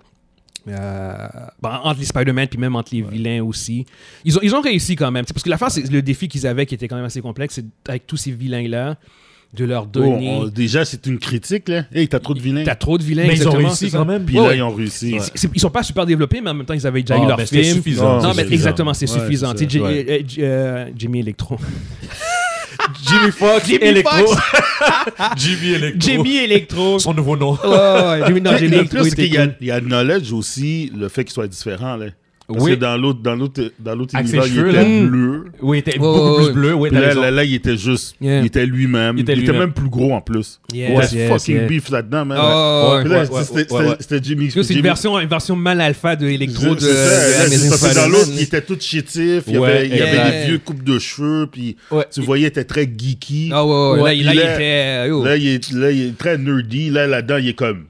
A: euh, ben, entre les Spider-Man, puis même entre les vilains aussi. Ils ont, ils ont réussi quand même. tu sais, Parce que l'affaire, c'est le défi qu'ils avaient qui était quand même assez complexe, c'est avec tous ces vilains-là, de leur
C: Oh,
A: donner.
C: on- déjà, c'est une critique, là. Hey, t'as trop de vilains.
A: T'as trop de vilains,
B: Mais ils ont
A: exactement,
B: réussi
A: c'est ça.
B: quand même.
C: Puis
A: Ouais,
C: là,
A: ouais.
C: ils ont réussi.
A: C'est- c'est- Ils sont pas super développés, mais en même temps, ils avaient déjà
B: Ah,
A: eu leur
B: mais
A: film.
B: c'était suffisant.
C: Non,
A: Non,
C: c'est
A: mais
C: ben, suffisant.
A: exactement, c'est
C: Ouais,
A: suffisant.
C: c'est
A: Tu sais, J-
C: ça.
A: euh, euh, J- euh, Jimmy Electro.
B: Ah, Jimmy Fox,
A: Jimmy
B: Electro. Jimmy Electro.
A: Jimmy Electro.
B: Son nouveau nom.
A: Ouais, Oh, ouais, Jimmy, non,
C: Le
A: Jimmy
C: plus,
A: Electro.
C: c'est qu'il
A: était
C: y a-
A: cool.
C: il y a knowledge aussi, le fait qu'il soit différent, là. Parce
B: Oui.
C: que dans l'autre, dans l'autre, dans l'autre
B: Avec ses
C: univers, il
B: cheveux,
C: était
A: là.
C: bleu.
B: Oui, il était
A: Ouais,
B: beaucoup
A: ouais, ouais.
B: plus bleu. Oui,
C: Puis
B: t'as
C: là,
B: raison.
C: là, là, il était juste,
A: Yeah.
C: il était lui-même.
B: Il
C: Il
B: était
C: était,
B: lui-même.
C: même plus gros en plus.
A: Yes,
C: ouais,
A: yes,
C: fucking
A: yes.
C: beef là-dedans, man.
A: Oh, ouais,
C: Puis là,
A: ouais,
C: c'était-
A: ouais,
C: c'était,
B: ouais, ouais.
C: c'était Jimmy.
A: Yo, C'est une
C: Jimmy-
A: version, une version mal alpha de Electro de,
C: C'est ça,
A: de
C: là, c'est
A: Amazing
C: parce que dans
A: Spider-Man.
C: l'autre, il était tout chétif. Il y
B: Ouais,
C: avait, il y avait
A: exact.
C: des vieux coupes de cheveux. Puis
B: Ouais.
C: tu voyais, il était très geeky.
A: Ah ouais, ouais, là,
C: Puis
A: il- là, il était. yo.
C: Là, il est, là, il est très nerdy. Là, là-dedans, il est comme.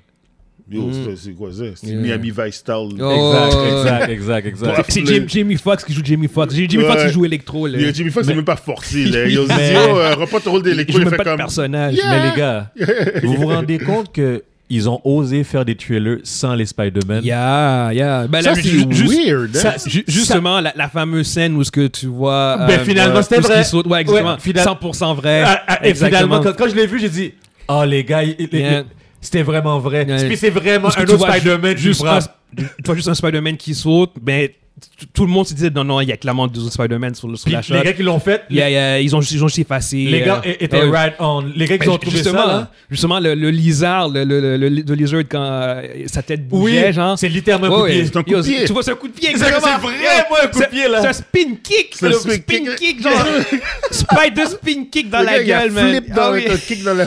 C: Yo, c'est- c'est quoi ça? C'est
A: Mm. Yeah.
C: Miami Vice Style.
A: Oh.
B: Exact,
A: Ouais.
B: exact, exact, exact.
C: Ouais.
A: C'est
C: le-
A: Jim- Jamie Foxx qui joue Jamie Foxx. J'ai- Jamie
C: Ouais.
A: Foxx qui joue Electro. là.
C: Il y a Jimmy Fox, c'est même pas forcé. Là. Il a dit,
B: Mais-
C: oh, euh, reprends ton rôle
A: Il
C: d'électro.
A: joue
C: Il
A: même
C: fait
A: pas de
C: comme.
A: personnage.
C: Yeah.
B: Mais les gars, vous vous rendez compte que ils ont osé faire des trailers sans les Spider-Man
A: Yeah, yeah. Ben là,
C: Ça,
A: c'est
C: c'est
A: ju- juste-
C: weird. hein?
A: ça, ju- justement, la, la fameuse scène où ce que tu vois.
B: Ben, finalement,
A: où
B: c'était
A: ce qu'il
B: vrai.
A: saute- ouais, exactement.
B: Ouais, final-
A: 100% vrai.
B: Ah, ah, Et
A: Exactement.
B: finalement, quand, quand je l'ai vu, j'ai dit Oh les gars, il- il-
A: Yeah.
B: il- c'était vraiment vrai.
A: Yeah.
B: Puis c'est vraiment
A: Parce que
B: un
A: tu
B: autre
A: vois
B: Spider-Man
A: ju- juste
B: juste
A: un- Tu vois juste un Spider-Man qui saute, mais tout- tout le monde se disait non, non, il y a clairement deux autres Spider-Man sur le sur
B: Puis
A: la
B: les
A: shot.
B: gars qui l'ont fait,
A: Il y a- il y a- ils, ont, juste- ils ont juste effacé.
B: les gars
A: euh,
B: é- étaient
A: ouais.
B: right on. Les gars qui
A: Ben,
B: ont trouvé ça, hein.
A: justement,
B: là,
A: justement, le, le lizard, le, le, le, le- le lizard, quand euh, sa tête
B: oui,
A: bougeait, genre.
B: c'est littéralement
A: Ouais,
B: un coup
A: ouais.
B: de pied.
C: C'est un coup
A: Yo,
C: de pied.
A: Tu vois, c'est un coup de pied,
B: C'est
A: exactement.
B: vraiment un coup de
A: C'est-
B: pied, là.
A: C'est un spin kick.
C: C'est
A: C'est
C: un
A: le
C: spin
A: spin kick,
C: kick.
A: genre. Spider spin kick dans
C: Le
A: la
C: gars, il a
A: gueule, man.
C: flip dans
A: Ah
C: le-
A: oui.
C: un kick dans la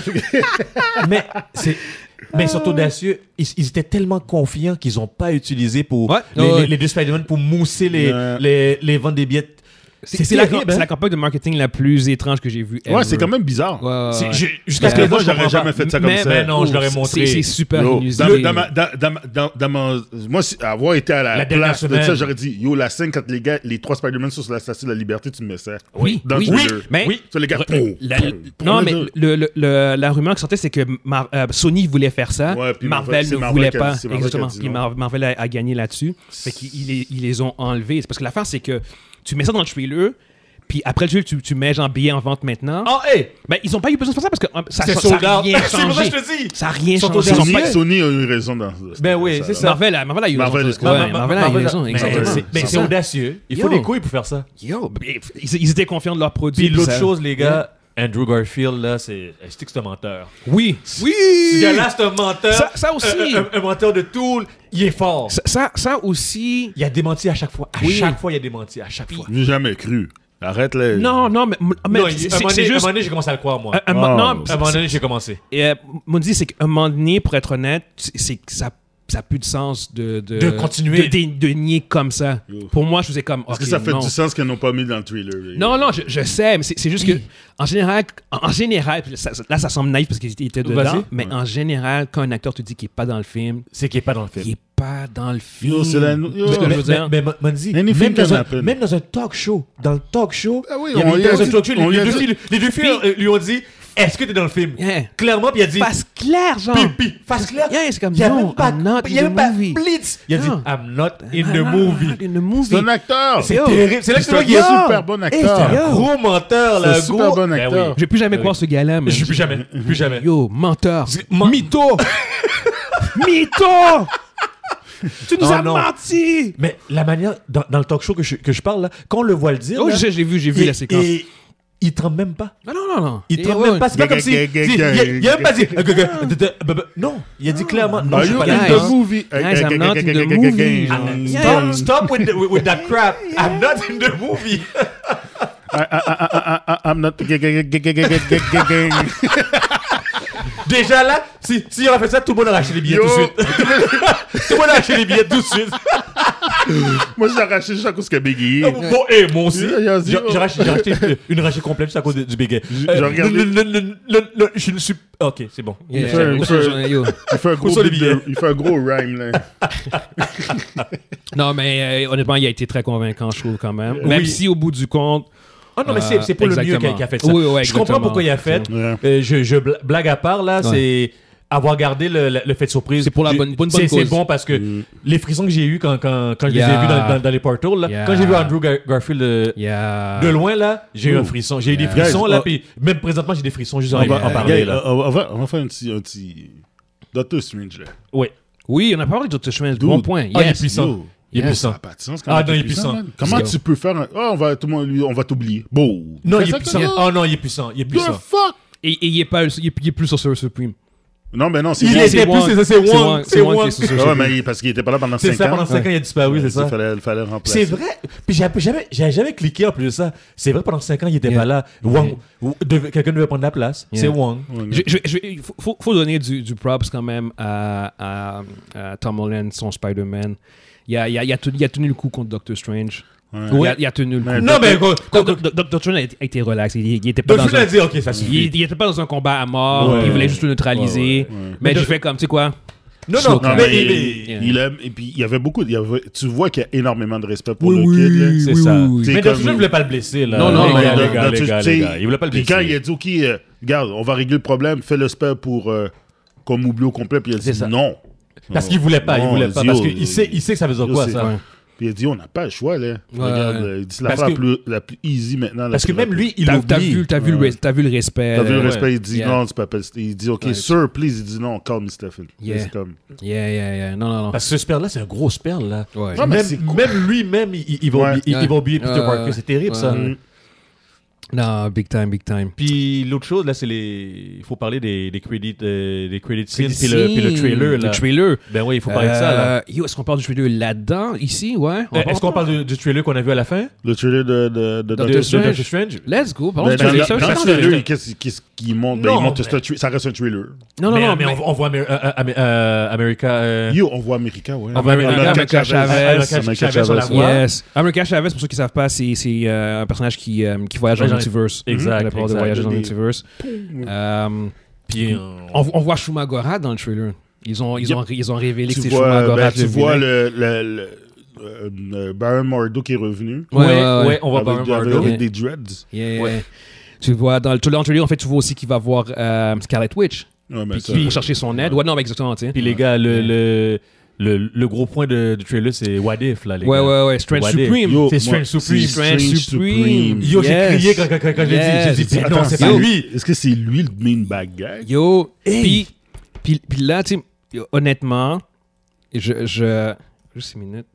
B: mais c'est
A: Ah.
B: mais ils sont audacieux. Ils, ils étaient tellement confiants qu'ils n'ont pas utilisé pour
A: Ouais.
B: les,
A: Ouais.
B: les- les deux Spider-Man pour mousser les,
C: Ouais.
B: les, les ventes des billets.
A: C'est c'est la,
B: terrible,
A: c'est
B: hein.
A: la campagne de marketing la plus étrange que j'ai vue.
C: Ouais,
A: ever.
C: c'est quand même bizarre.
A: Ouais, ouais,
B: C'est-
A: ouais.
B: j'ai- Jusqu'à
C: Parce
B: ce
C: que
B: que
C: moi,
B: je
C: j'aurais
B: comprends
C: jamais
B: pas.
C: fait ça comme
A: Mais-
C: ça.
B: Mais non, je l'aurais
A: c'est-
B: montré.
A: C'est super
C: Yo,
A: inusité.
C: dans- dans ma- dans- dans ma- dans- dans mon- moi, si- avoir été à la,
B: La dernière
C: place de
B: semaine.
C: ça, j'aurais dit Yo, la scène, quand les gars, les trois Spider-Man sont sur la statue de la liberté, tu me mets ça.
A: Oui,
C: dans
A: oui,
C: le
A: oui,
C: trailer.
A: mais-
B: Oui.
C: Ça, les gars, poum,
A: La-
C: poum, poum,
A: non,
C: les
A: mais
C: deux.
A: le, le- le- la rumeur qui sortait, c'est que Mar- euh, Sony voulait faire ça,
C: Ouais, puis Marvel-
A: Marvel
C: c'est
A: ne
C: Marvel
A: voulait
C: qui a
A: pas.
C: dit- c'est Marvel
A: Exactement.
C: qui a dit
A: Puis
C: non.
A: Mar- Marvel a, a gagné là-dessus. Fait qu'ils ils les- ils les ont enlevés. C'est parce que l'affaire, c'est que tu mets ça dans le trailer, puis après le trailer, tu, tu mets genre billet en vente maintenant.
B: Oh, hey!
A: Ben, ils n'ont pas eu besoin de faire ça parce que euh, ça
B: C'est
A: ça-
B: sold
A: ça a
B: out.
A: rien
B: C'est pour ça
A: changé.
B: que je te dis.
A: Ça a rien
B: Ils sont au
A: changé. Ils ont
C: Sony,
A: pas-
C: Sony a eu raison dans
B: Ben oui, c'est ça.
A: Marvel, a- Marvel a eu
C: Marvel,
A: raison.
C: ouais,
A: Ouais,
B: Ma- ma-
A: Marvel a eu
B: Marvel-
A: raison.
B: Mais
A: exactement. Ben,
B: c'est- Mais
A: C'est
B: c'est
A: ça.
B: audacieux. Il faut
A: Yo.
B: des couilles pour faire ça.
A: Yo, ils, ils étaient confiants de leur produit.
B: Puis l'autre
A: ça-
B: chose, les gars, Andrew Garfield, là, c'est. Est-ce que c'est un menteur?
A: Oui. Oui.
B: Ce gars-là, c'est un menteur.
A: Ça- ça aussi.
B: Un, un- un menteur de tout. Il est fort.
A: Ça- ça, ça aussi.
B: Il a démenti à chaque fois. À
A: Oui.
B: chaque fois, il a démenti. À chaque fois.
C: J'ai jamais cru. Arrête les.
A: Non, non, mais, mais
B: Non, il-
A: c'est-
B: un moment
A: c'est
B: donné- un
A: juste.
B: moment donné, j'ai commencé à le croire, moi.
A: un- un moment-
C: Oh.
A: non,
B: À un moment donné, j'ai commencé.
A: et, euh, Mondi, c'est qu'un moment donné, pour être honnête, c'est c'est que ça ça a plus de sens de de,
B: De continuer.
A: de, dé- de nier comme ça. Pour moi, je faisais comme.
C: Est-ce que
A: ok,
C: ça fait
A: non.
C: du sens qu'ils n'ont pas mis dans le trailer les
A: Non,
C: gars?
A: non, je, je sais, mais c'est c'est juste que en général, en général, puis ça- ça- là, ça semble naïf parce qu'il était
B: Vas-y.
A: dedans, mais en général, quand un acteur te dit qu'il est pas dans le film,
B: C'est qu'il n'est pas dans le
A: il
B: film.
A: est pas dans le film.
C: Yo, c'est la- yo.
A: Tu sais ce que
B: Mais,
A: je veux dire?
B: mais- mais Monzi,
C: Anything
B: même, dans
C: can
B: un,
C: happen.
B: même dans un talk show, dans le talk show,
C: Ah oui,
B: il y avait-
C: on lui a
B: dans un
C: dit-
B: talk show,
C: on
B: les,
C: lui a
B: deux
C: dit-
B: filles, les deux filles euh, lui ont dit Est-ce que t'es dans le film
A: Yeah.
B: Clairement, puis il a dit
A: Face claire, genre.
B: Pi, pi, face claire.
A: Yeah, c'est comme,
B: il y a
A: non,
B: même pas,
A: I'm not
B: il y a
A: in
B: même
A: the
B: pas
A: movie.
B: Blitz. Il a dit
A: Non.
B: I'm not in
A: Ah,
B: the movie.
A: In the movie.
C: C'est un acteur.
B: C'est
A: Yo.
B: terrible. C'est là que tu
C: C'est
B: vois
C: un
B: qu'il est
C: super bon acteur.
A: c'est-
B: un
A: Yo.
B: gros menteur,
C: C'est
B: là.
C: un super
B: gros-
C: bon
B: Ben
C: acteur.
A: Je vais plus jamais croire ce gars-là,
B: oui.
A: mais.
B: Je plus jamais. Plus jamais.
A: Yo, menteur.
B: Mytho.
A: Mytho! tu nous
B: Oh
A: as
B: non.
A: menti!
B: Mais la manière, dans, dans le talk show que je, que je parle, là, quand on le voit le dire.
A: Oh,
B: là,
A: j'ai j'ai vu, j'ai vu
B: il-
A: la séquence.
B: il- il tremble même pas.
A: Non, non, non, non.
B: Il
A: Et
B: tremble
A: ouais,
B: même pas. C'est pas
C: Gaga,
B: comme si.
C: gaga,
B: si- Il
C: gaga,
B: a- il a même pas dit.
C: gaga.
B: euh, gaga, euh, da, da, ba, ba. Non, il a dit clairement. Non,
C: Are
B: je suis
C: you
B: pas
C: in
A: là,
B: d'accord.
C: the
A: hein.
C: movie?
A: Guys, I'm not in the movie.
B: I'm-
A: Yeah.
B: Stop, stop with, the, with that crap. I'm not in the movie.
C: I'm not. Yo,
B: Déjà là, si, si on a fait ça, tout le monde aurait acheté les billets tout de suite. Tout le monde aurait acheté les billets tout de suite.
C: moi j'ai arraché juste à cause que Biggie.
B: Ah, Bon, et moi aussi.
C: Il y a zéro.
B: J'ai racheté, j'ai racheté une- une rachée complète juste à cause de- du béguet. Euh,
C: J'ai- j'ai regardé-
B: non, non, non, non, non, je ne suis. Ok, c'est bon.
A: Yeah.
C: Sure,
A: Ouais,
C: sure.
A: sure, yo.
C: Il fait un gros
B: sont les
C: beat de-
B: billets?
C: il fait un gros rhyme là.
A: Non, mais euh, honnêtement, il a été très convaincant, je trouve, quand même. Même
B: Oui.
A: si, au bout du compte,
B: Ah non, mais c'est
A: Euh,
B: c'est pour le mieux
A: exactement.
B: qu'il a- qu'il a fait ça.
A: Oui, oui,
B: je comprends
A: exactement.
B: pourquoi il a fait.
C: Ouais.
B: Euh, je, je bla- blague à part, là,
A: Ouais.
B: c'est avoir gardé le, le- le fait de surprise.
A: C'est pour la
B: Du-
A: bonne- bonne-
B: c'est-
A: bonne
B: C'est
A: cause.
B: bon parce que
C: Mm.
B: les frissons que j'ai eu quand, quand, quand je les ai
A: Yeah.
B: vus dans, dans- dans les portals, là,
A: Yeah.
B: quand j'ai vu Andrew Gar- Garfield euh,
A: il y a.
B: de loin, là, j'ai eu un frisson. J'ai eu des
A: Yeah.
B: frissons,
C: Guys,
B: là,
C: oh.
B: puis même présentement, j'ai des frissons juste en, Ah,
C: On
B: en
C: va-
B: parler,
C: gars,
B: là.
C: on va- on va- on va faire un petit, un petit Doctor Strange là.
B: Ouais.
A: Oui, on a parlé d'autres chemins.
C: Dude.
A: Bon point.
B: Ah, il est
A: Yes.
B: puissant.
C: Yo.
B: Il est
A: Yes.
B: puissant.
C: Ça n'a pas de sens.
B: Ah,
C: t'es
B: non, il est puissant.
C: man. Comment
A: Let's
C: tu peux faire un. Ah, on va, tout le monde- on va t'oublier. Bon.
B: Non,
C: Fais
B: il est
C: ça
B: puissant.
C: comme ça.
B: Oh non, il est puissant. Il est
C: The
B: puissant.
C: fuck?
A: Et, et il, est pas, il, est, il est plus sur Sorcerer Supreme.
C: Non, mais non, c'est
B: Il
C: moi.
B: est- était plus, c'est ça, c'est Wong,
A: Wong-
B: c'est
A: C'est Wong
B: Wong.
A: qui est sur
C: Ah
A: Sorcerer
C: ouais,
A: Supreme.
C: mais parce qu'il était pas là pendant 5 ans.
B: C'est ça, pendant 5 ans, il a disparu, c'est ça.
C: Il fallait, fallait le remplacer.
B: C'est vrai. Puis j'avais jamais, j'avais jamais cliqué en plus de ça. C'est vrai, pendant 5 ans, il était
A: Yeah.
B: pas là. Wang, dev- quelqu'un devait prendre la place.
A: Yeah.
B: C'est Wang.
A: Je- je- je- Il faut- faut, faut donner du, du props quand même à, à, à Tom Holland, son Spider-Man. Il a, il, a, il, a tenu, il a tenu le coup contre Doctor Strange. Il, a, il a tenu le coup.
C: Mais
B: Non, mais quoi, quoi, quoi,
A: Doctor Strange a été- a été relax. Il il était pas
B: Donc, je
A: dans
B: voulais
A: un...
B: dire, ok, ça suffit.
A: Il n'était pas dans un combat à mort,
B: Ouais.
A: il voulait juste le neutraliser. Mais j'ai fait comme, tu sais quoi
B: Non, non,
C: Non,
B: mais,
C: mais,
B: mais-
C: il,
A: mais-
C: il aime. Et puis, il y avait beaucoup. il y avait- tu vois qu'il y a énormément de respect pour le kid.
B: c'est
A: oui,
B: ça.
A: oui, oui.
B: Mais
C: C'est
B: Doctor
C: comme-
B: Strange ne voulait pas le blesser, là.
A: Non, non,
B: les
A: non,
B: gars,
A: non,
B: les gars, les gars, les gars. Il voulait pas le
C: Puis
B: blesser.
C: quand il a dit, OK, euh, regarde, on va régler le problème, fais le spell pour. euh, Comme oublie au complet, puis il a dit
A: ça.
C: non.
B: Parce qu'il voulait pas, il
C: Non, oh,
B: voulait pas.
C: Zio,
B: Parce
C: Zio,
B: qu'il sait, il sait que ça veut dire
C: Zio,
B: quoi,
C: c'est-
B: ça.
A: Ouais.
C: Puis il a dit, on n'a pas le choix, là.
A: Ouais.
C: Regarde, euh, il dit, c'est la
B: Parce
C: fois la
B: que-
C: plus, la plus easy maintenant. la
B: Parce que
C: plus
B: même
C: rapide.
B: lui, il
A: T'as t'as
B: oublie.
A: vu, t'as vu, le res- t'as vu le respect.
C: T'as vu le
A: euh,
B: ouais.
C: respect, il dit,
A: Yeah.
C: non, c'est pas possible. Il dit, OK,
A: Ouais.
C: sir, please. Il dit, non, calm, Stephen.
A: Yeah.
C: C'est comme...
A: Yeah, yeah, yeah. Non, non, non.
B: Parce que ce sperle-là, c'est un gros sperle, là.
A: Ouais.
C: Ouais, mais
B: même
C: c'est quoi?
B: même lui-même, il, il- il va
C: Ouais.
B: oublier, il- il va oublier Peter
A: Ouais.
B: Parker. C'est terrible, ça.
A: Ouais. Non, big time, big time.
B: Puis l'autre chose, là, c'est les. Il faut parler des, des credits, euh, des credit scenes,
A: Puis
B: puis le, puis le trailer, là.
A: Le trailer.
B: Ben oui, il faut parler de ça, là.
A: Euh, yo, est-ce qu'on parle du trailer là-dedans, ici, ouais? On
B: Euh,
A: parle
B: Est-ce qu'on
A: pas?
B: parle du, du trailer qu'on a vu à la fin
C: Le trailer de, de, de
B: de,
A: Doctor
B: de
C: Dr.
A: Strange.
B: Doctor Strange
A: Let's go, parlons
C: Ben,
A: du
C: dans
A: trailer.
C: la-
A: Ça,
C: dans
A: ça,
C: le
A: ça,
C: trailer, qu'est-ce qu'est-ce qu'il montre? Ben,
B: Non,
C: il montre
B: mais-
C: ce trailer- ça reste un trailer.
A: Non, non,
B: mais,
A: non,
B: mais on, on voit Amer- euh, euh, Amé- euh, America. euh,
C: Yo, on voit America, ouais.
B: On voit America,
C: America
A: America
C: Chavez.
B: Chavez.
C: America
B: Chavez, on la
C: Chavez,
B: voit.
A: Yes. America Chavez, pour ceux qui ne savent pas, c'est c'est, euh, un personnage qui, euh, qui voyage dans
B: Ouais,
A: le
B: j'en ai-
A: multiverse.
B: Exact,
A: Il a pouvoir de
B: exact.
A: voyager dans le
C: Des-
A: multiverse. Euh,
B: Puis euh,
A: on, on voit Shumagora dans le trailer. Ils ont, ils ont, ils ont révélé que
C: tu
A: c'est
C: vois,
A: Shumagora.
C: ben,
A: le
C: tu vois
A: vilain.
C: le, le, le- euh, euh, Baron Mordo qui est revenu.
B: Ouais, ouais,
A: ouais, ouais.
B: on va
C: avec,
B: voir
C: avec-
B: Marvel.
C: avec des dreads.
A: Yeah.
B: Ouais.
A: Tu vois, dans le trailer, dans le trailer, en fait, tu vois aussi qu'il va voir euh, Scarlet Witch
C: Ouais, mais
A: puis,
C: Ben, ça-
A: qui- pour chercher son aide. Ouais, non, mais exactement, tu sais.
B: Puis les gars, le, le, le, le gros point de, du trailer, c'est What If, là, les
A: Ouais,
B: gars.
A: ouais, ouais. Strange
B: What if?
A: Supreme.
C: Yo,
B: C'est Strange
C: moi,
B: Supreme.
C: c'est
A: Strange Supreme.
B: Yo,
A: Yes.
B: j'ai crié quand, quand, quand, quand j'ai
A: Yes.
B: dit, j'ai dit, ben non,
C: Attends,
B: c'est pas
C: yo,
B: lui.
C: Est-ce que c'est lui le main bad guy?
A: Yo, puis, puis, puis là, tu sais, honnêtement, je, je. Juste une minute,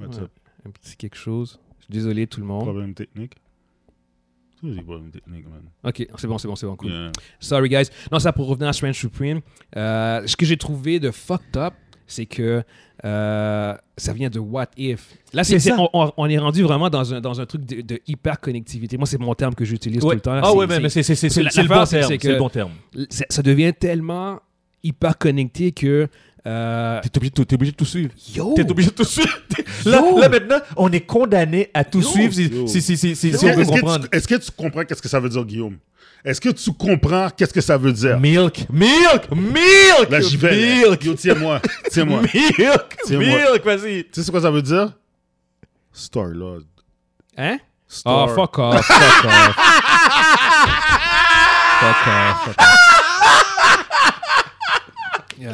C: What's
A: Ouais.
C: up?
A: un petit quelque chose. Je suis désolé, tout le monde.
C: Problème technique? Tous des problèmes techniques, man.
A: Ok, c'est bon, c'est bon, c'est bon, cool.
C: Yeah.
A: Sorry, guys. Non, ça pour revenir à Strange Supreme. euh, ce que j'ai trouvé de fucked up, c'est que euh, ça vient de What If. Là, c'est,
B: C'est
A: c'est-
B: ça.
A: on- on, on est rendu vraiment dans un, dans un truc de, hyper connectivité. Moi, c'est mon terme que j'utilise tout
B: Ouais.
A: le temps.
B: Ah
A: C'est-
B: ouais, mais mais c'est c'est- c'est-
A: parce que la-
B: c'est le
A: l'affaire,
B: bon
A: c'est-
B: terme.
A: c'est
B: C'est le
A: que-
B: bon terme.
A: ça, ça devient tellement hyper connecté que. euh,
B: T'es obligé, de tout- t'es obligé de tout suivre.
A: yo!
B: T'es obligé de tout suivre. T'es- Là,
A: Yo.
B: là, maintenant, on est condamné à tout
A: Yo.
B: suivre si,
C: Yo.
B: si, si, si, si,
C: Est-ce
B: si on
C: que,
B: veut
C: est-ce que
B: comprendre.
C: tu, est-ce que tu comprends qu'est-ce que ça veut dire, Guillaume? Est-ce que tu comprends qu'est-ce que ça veut dire?
B: Milk, milk, milk,
C: Là, j'y vais. là.
B: milk,
C: Yo, tiens-moi. Tiens-moi. tu
B: milk,
C: Tiens-moi.
B: milk, vas-y.
C: sais c'est quoi ça veut dire? Star-Lord.
A: Hein?
C: Star.
A: Oh, fuck off, fuck off. fuck off, fuck off. Yeah.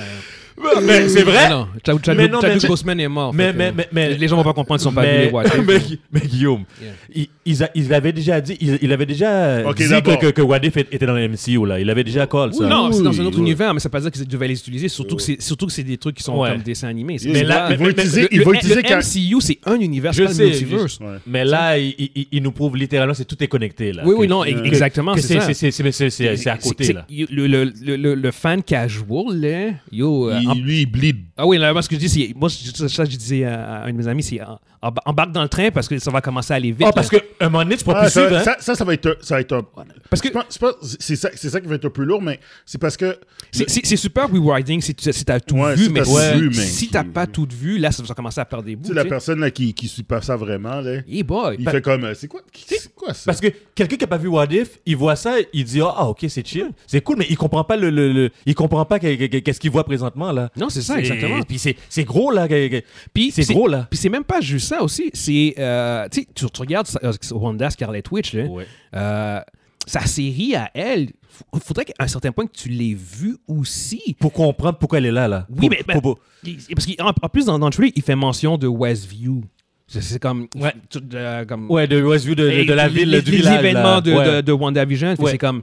B: Mais c'est vrai.
A: Mais non, Chadwick Chadwick-
B: Mais non, mais-
A: Chadwick
B: mais-
A: Boseman est mort.
B: mais-
A: fait que
B: mais- mais- mais-
A: les gens vont pas comprendre, ils sont pas venus
B: mais,
A: les voir.
B: mais, mais Guillaume,
A: Yeah.
B: il, ils a- il avait déjà dit, il, il avait déjà
C: Ok,
B: dit que,
C: d'abord.
B: que, que Wadif était dans le MCU là. Il avait déjà call ça.
A: Non,
C: Oui,
A: c'est dans un autre
C: oui.
A: univers, mais ça veut pas dire qu'ils devaient les utiliser, surtout que c'est, surtout que c'est des trucs qui sont
B: Ouais.
A: comme dessins animés. c'est
C: Ils
A: pas
B: Mais là-
C: vont- ils vont
B: mais-
C: utiliser,
A: le,
C: ils vont
A: le-
C: utiliser
A: le
C: car-
A: MCU, c'est un univers,
B: Je
A: c'est pas
B: sais,
A: le multiverse.
B: je-
C: Ouais.
B: Mais là, il, il- il nous prouve littéralement c'est tout est connecté là.
A: Oui, oui,
B: Que-
A: non,
B: que-
A: e- exactement,
B: que
A: c'est ça.
B: c'est- c'est- c'est c'est- c'est- c'est à côté
A: C'est-
B: là.
A: y- Le, le, le, le- le fan casual, là, yo, euh, en-
C: Il- Lui, il bleed.
A: Ah oui, là, moi, ce que je dis, c'est. Moi, je- ça, ça, je disais à, à un de mes amis, c'est en- en- embarque dans le train parce que ça va commencer à aller vite.
B: Oh, parce
A: là.
B: que un moment donné, tu pourras
C: Ah,
B: plus
C: ça,
B: suivre. hein.
C: ça, ça, ça va être un. Ça va être un-
A: Parce que
C: Je pense- je pense que c'est ça, c'est ça qui va être un peu lourd, mais c'est parce que.
A: c'est- c'est c'est super rewarding si tu as tout
C: Ouais,
A: vu,
C: si
A: mais
C: t'as
A: si,
C: tout vu, mais-
A: si t'as pas tout vu, là, ça va commencer à perdre des bouts.
C: Tu sais, la
A: tu sais.
C: personne là, qui, qui suit pas ça vraiment, là,
A: Hey boy!
C: il
A: Pa-
C: fait comme. euh, C'est quoi, c'est quoi ça?
B: Parce que quelqu'un qui a pas vu What If, il voit ça, il dit ah ah, ok c'est chill, c'est cool, mais il comprend pas le, le- le- il comprend pas que- que- que- qu'est-ce qu'il voit présentement là.
A: Non, c'est ça, exactement.
B: Puis c'est c'est gros là, que- que-
A: Puis
B: c'est gros
C: hein.
B: là.
A: Puis c'est même pas juste ça aussi. C'est. euh, tu sais, tu tu regardes ça- euh, Wanda Scarlet Witch, là.
B: Ouais.
A: euh, sa série à elle, f- faudrait qu'à un certain point que tu l'aies vue aussi.
B: Pour comprendre pourquoi elle est là là.
A: Oui,
B: Pour-
A: mais- ben mais-
B: pour- pour-
A: Il- il- Parce qu'en en plus, dans, dans le trailer, il fait mention de Westview. C'est- C'est comme.
B: Ouais.
A: tout, euh, comme
B: Ouais, de Westview, de, de, de la
A: Les-
B: ville,
A: les,
B: du
A: les
B: village.
A: événements
B: là.
A: de,
B: Ouais.
A: de, de WandaVision, fait
B: Ouais.
A: c'est comme.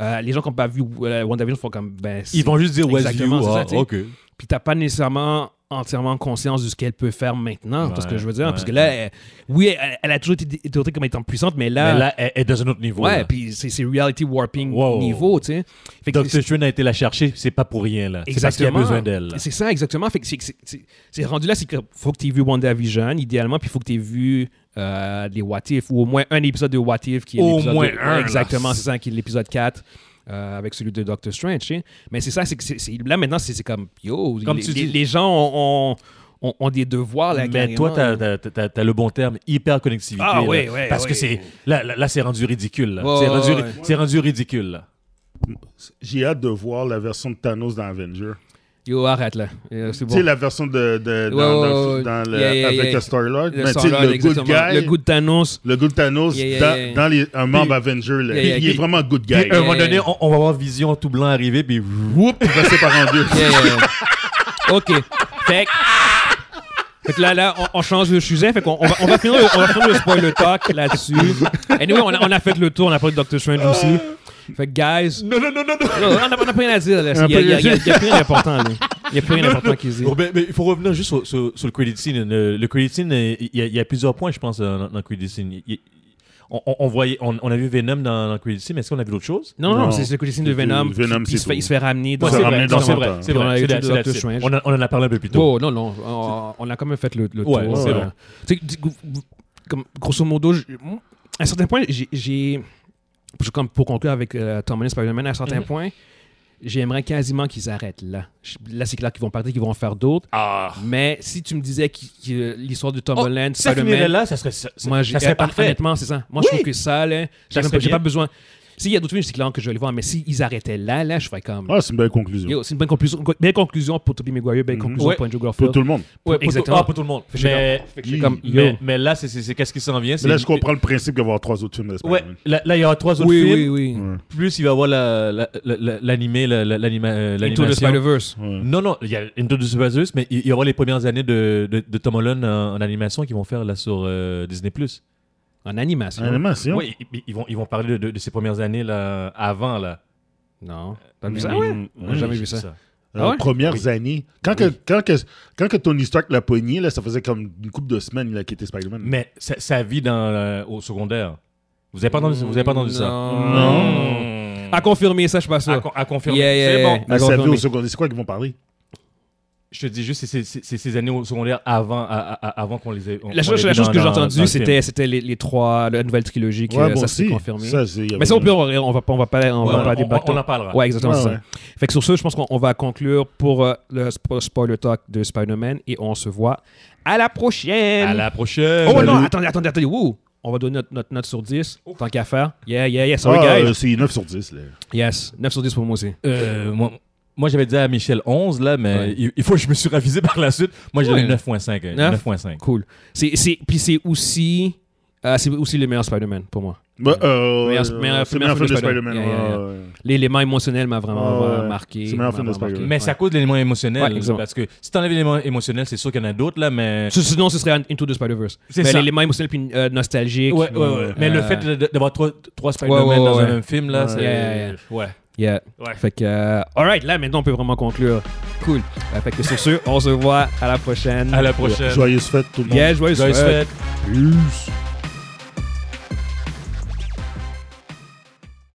A: euh, les gens qui n'ont pas vu euh, WandaVision font comme. Ben, c'est-
B: Ils vont juste dire Westview.
A: Exactement, c'est ça,
B: ah,
A: tu sais.
B: ok.
A: Puis t'as pas nécessairement entièrement conscience de ce qu'elle peut faire maintenant, parce
B: Ouais,
A: que je veux dire.
B: ouais.
A: Parce que là, elle- oui, elle, elle a toujours été dé- détruite comme étant puissante, mais là.
B: Mais là, elle elle est dans un autre niveau.
A: Ah. ouais,
B: là.
A: puis c'est c'est reality warping
B: Wow.
A: niveau, tu sais. Fait que
B: Doctor Strange a été la chercher, c'est pas pour rien là. C'est parce qu'il y a besoin d'elle. là.
A: C'est ça, exactement. Fait que c'est- c'est- c'est c'est rendu là, c'est que faut que tu aies vu WandaVision, idéalement, puis il faut que tu aies vu euh, les What If, ou au moins un épisode de What If qui est
B: Au
A: l'épisode
B: moins
A: de-
B: un, là.
A: Exactement, c'est ça, qui est l'épisode 4. euh, avec celui de Doctor Strange. tu sais. Mais c'est ça, c'est que c'est- c'est- là maintenant, c'est c'est comme, yo,
B: Comme
A: les,
B: tu
A: les-
B: dis.
A: les gens ont, ont- ont- ont des devoirs là,
B: Mais toi,
A: carrément.
B: t'as t'as- t'as- t'as le bon terme, hyper connectivité.
A: Ah oui, oui,
B: Parce que
A: oui.
B: c'est. Là, là, là, c'est rendu ridicule. là.
A: Ouais,
B: c'est,
A: ouais,
B: rendu, ri-
A: ouais.
B: c'est rendu ridicule. Là.
C: J'ai hâte de voir la version de Thanos dans Avenger.
A: Yo, arrête là. Euh, c'est
C: Tu sais,
A: bon.
C: la version de. de dans,
A: Ouais, ouais,
C: dans-
A: ouais.
C: dans le-
A: Yeah, yeah,
C: avec
A: yeah.
C: le Star-Lord.
B: ben,
C: Mais tu sais,
A: Star-Lord,
C: le good
A: Euh, exactement.
C: guy.
A: le good Thanos.
C: le good Thanos
A: Yeah, yeah,
C: dans,
A: yeah.
C: dans les, un membre Avenger. Là.
A: yeah, yeah,
C: il est
A: qui-
C: vraiment good guy.
B: Puis, à un
A: yeah,
B: moment donné,
A: yeah.
B: on, on va voir Vision tout blanc arriver, puis.
C: Whoop, il va séparer en deux.
A: Yeah, yeah, yeah. OK. Fait que- Fait que là, là, on, on change le sujet. Fait qu'on on va, on va finir le, on va finir le spoiler talk là-dessus. Anyway, on a, on a fait le tour. On a parlé de Doctor Strange aussi. Fait que, guys,
B: Non, non, non, non, non.
A: non, on n'a pas rien à dire. là.
C: On a
A: Il y a,
C: pas
A: il y a- il y a-
C: rien à dire.
A: il y a plus rien d'important. là. Il y a plus rien d'important qu'ils disent.
B: Oh, ben, ben, il faut revenir juste sur, sur- sur le credit scene. Le, le credit scene, euh, il y, a- il y a plusieurs points, je pense, euh, dans, dans le credit scene. Il- il- on, on- on voyait, on, on a vu Venom dans, dans le credit scene, mais est-ce qu'on a vu d'autre chose
A: Non, non,
C: Non.
A: c'est c'est le côté de
C: C'est
A: Venom.
C: du Venom,
A: puis
C: c'est
A: il se fait-
C: tout.
A: il se fait ramener dans
C: Ouais, c'est vrai,
A: dans
C: c'est
A: son
C: vrai,
A: temps.
C: c'est
A: Puis on a eu
B: c'est
A: tout
B: la-
A: de
B: c'est la-
A: Doctor
B: c'est-
A: Strange.
B: On, en- on en a parlé un peu plus tôt.
A: Oh, non, non, on, on a quand même fait le, le
B: Ouais,
A: tour. euh.
B: c'est
A: ouais.
B: vrai.
A: Tu sais, du- comme, grosso modo, je- à un certain point, j'ai- j'ai. je- Comme pour conclure avec euh, Tom Holland Spider-Man, à un certain point, j'aimerais quasiment qu'ils arrêtent là. Je- Là, c'est clair qu'ils vont partir, qu'ils vont en faire d'autres.
B: Ah.
A: Mais si tu me disais qu'il- que l'histoire de Tom
B: Oh,
A: Holland,
B: ça finirait
A: Spider-Man,
B: là, ça serait, ça,
A: moi, j'ai-
B: ça serait
A: hon-
B: parfait.
A: Honnêtement, c'est ça. Moi, je
B: Oui.
A: trouve que ça, là, j'ai
B: Ça
A: même pas-
B: serait
A: j'ai pas
B: bien.
A: besoin. S'il y a d'autres films, c'est clair que je vais les voir, mais s'ils arrêtaient là, là, je ferais comme.
C: Ah, c'est une belle conclusion.
A: Yo, c'est une bonne conclusion, belle conclusion pour Tobey Maguire, belle conclusion
B: Ouais.
A: pour Andrew Garfield.
C: Pour tout le monde.
B: Ouais, pour
A: Exactement.
B: Tout, ah, pour tout le monde.
A: que
B: Mais,
A: Fait que c'est comme, yo.
B: mais, mais là, c'est- c'est c'est qu'est-ce qui s'en vient c'est-
C: Mais là, je comprends le principe d'avoir trois autres films de
B: Ouais,
C: Spider-Man.
B: là, là, il y aura trois autres
A: Oui,
B: films.
A: oui, oui.
B: Plus il va y avoir la- la- la- la- l'animé, la, la- l'anima- euh,
A: Into the
B: l'animation.
A: Spider-Verse.
B: Non, non, il y a Into the Spider-Verse, mais il il y aura les premières années de, de, de Tom Holland en, en animation qu'ils vont faire là sur euh, Disney+.
A: En animation.
C: En animation.
B: Oui, ils, ils vont, ils vont parler de, de ces premières années là, avant. Là.
A: Non. T'as vu
C: Mm.
A: ça?
C: Mm.
A: Ouais.
C: Mm.
A: J'ai jamais vu ça.
C: Les
A: Ah ouais?
C: premières années. Quand, que, quand, que, quand que Tony Stark l'a poigné, là, ça faisait comme une couple de semaines là, qu'il était Spider-Man.
B: Mais sa, sa vie dans, euh, au secondaire, vous n'avez pas entendu, vous avez pas entendu ça
A: Non. À confirmer, ça, je suis pas
B: À,
A: sûr.
B: con- à confirmer.
A: Yeah, yeah,
B: c'est
A: yeah.
B: bon.
C: Mais
A: D'accord,
C: ça vit
A: fermé.
C: au secondaire. C'est quoi qu'ils vont parler
B: Je te dis juste, c'est- c'est c'est- c'est ces années au secondaire avant, à- à- à- avant qu'on les ait. on-
A: La
B: on
A: chose,
B: les
A: la
B: ait
A: chose
B: dans-
A: que j'ai
B: dans- dans
A: entendue,
B: le film.
A: c'était c'était les, les trois, la nouvelle trilogie, qui, euh,
C: moi
A: ça s'est
C: aussi.
A: confirmé.
C: Ça, c'est- il y
A: Mais ça,
C: avait-
A: on peut, on va pas, on va pas, on
B: Ouais,
A: va pas débattre.
B: on, on en parlera.
A: Ouais, exactement,
C: Ouais,
A: c'est
C: ouais.
A: ça. Fait que sur ce, je pense qu'on on va conclure pour euh, le spo- spoiler talk de Spider-Man et on se voit à la prochaine.
B: À la prochaine.
A: Oh
C: Salut.
A: non, attendez, attendez, attendez. Wouh. On va donner notre, notre note sur 10, tant qu'à faire. Yeah, yeah, yeah. Sorry,
C: Ah,
A: guys.
C: euh, c'est 9 sur 10. Là.
A: Yes, 9 sur 10 pour moi aussi.
B: Euh, moi, moi, j'avais dit à Michel 11, là, mais
A: Ouais.
B: il, il faut que je me suis ravisé par la suite. Moi, j'ai
A: Ouais.
B: donné 9.5. hein,
A: Neuf?
B: 9.5.
A: Cool. C'est, c'est, puis c'est aussi, euh, c'est aussi le meilleur Spider-Man pour moi.
C: Bah, euh,
A: Meilleur-
C: c'est le
A: meilleur-
C: meilleur
A: meilleur
C: film de
A: Spider-Man.
C: Spider-Man.
A: Yeah, yeah, yeah.
C: ouais, ouais.
A: L'élément émotionnel m'a vraiment,
C: Ah ouais.
A: vraiment marqué.
C: C'est le meilleur
A: m'a
C: film de
A: vraiment marqué.
C: Spider-Man.
B: Mais c'est à cause de l'élément
A: Ouais,
B: émotionnel.
A: exactement.
B: parce que si t'enlèves l'élément émotionnel, c'est sûr qu'il y en a d'autres, là, mais.
A: Ce- Sinon, ce serait Into the Spider-Verse.
B: C'est
A: Mais
B: ça.
A: L'élément émotionnel puis euh, nostalgique.
B: Ouais, ouais, ouais. Mais
A: Euh,
B: le fait de- de- d'avoir trois, trois Spider-Man
A: ouais, ouais,
B: dans
A: ouais.
B: un même film, là,
C: Ouais.
B: c'est.
A: Yeah, yeah, yeah.
B: Ouais.
A: Yeah.
B: Ouais.
A: Fait que, euh, alright, là maintenant on peut vraiment conclure. Cool. Euh, fait que sur ce, on se voit à la prochaine.
B: À la prochaine.
C: Joyeuse fête, tout le monde.
A: Yeah, joyeuse
B: Joyeuses
A: fête.
B: fêtes.
C: Peace.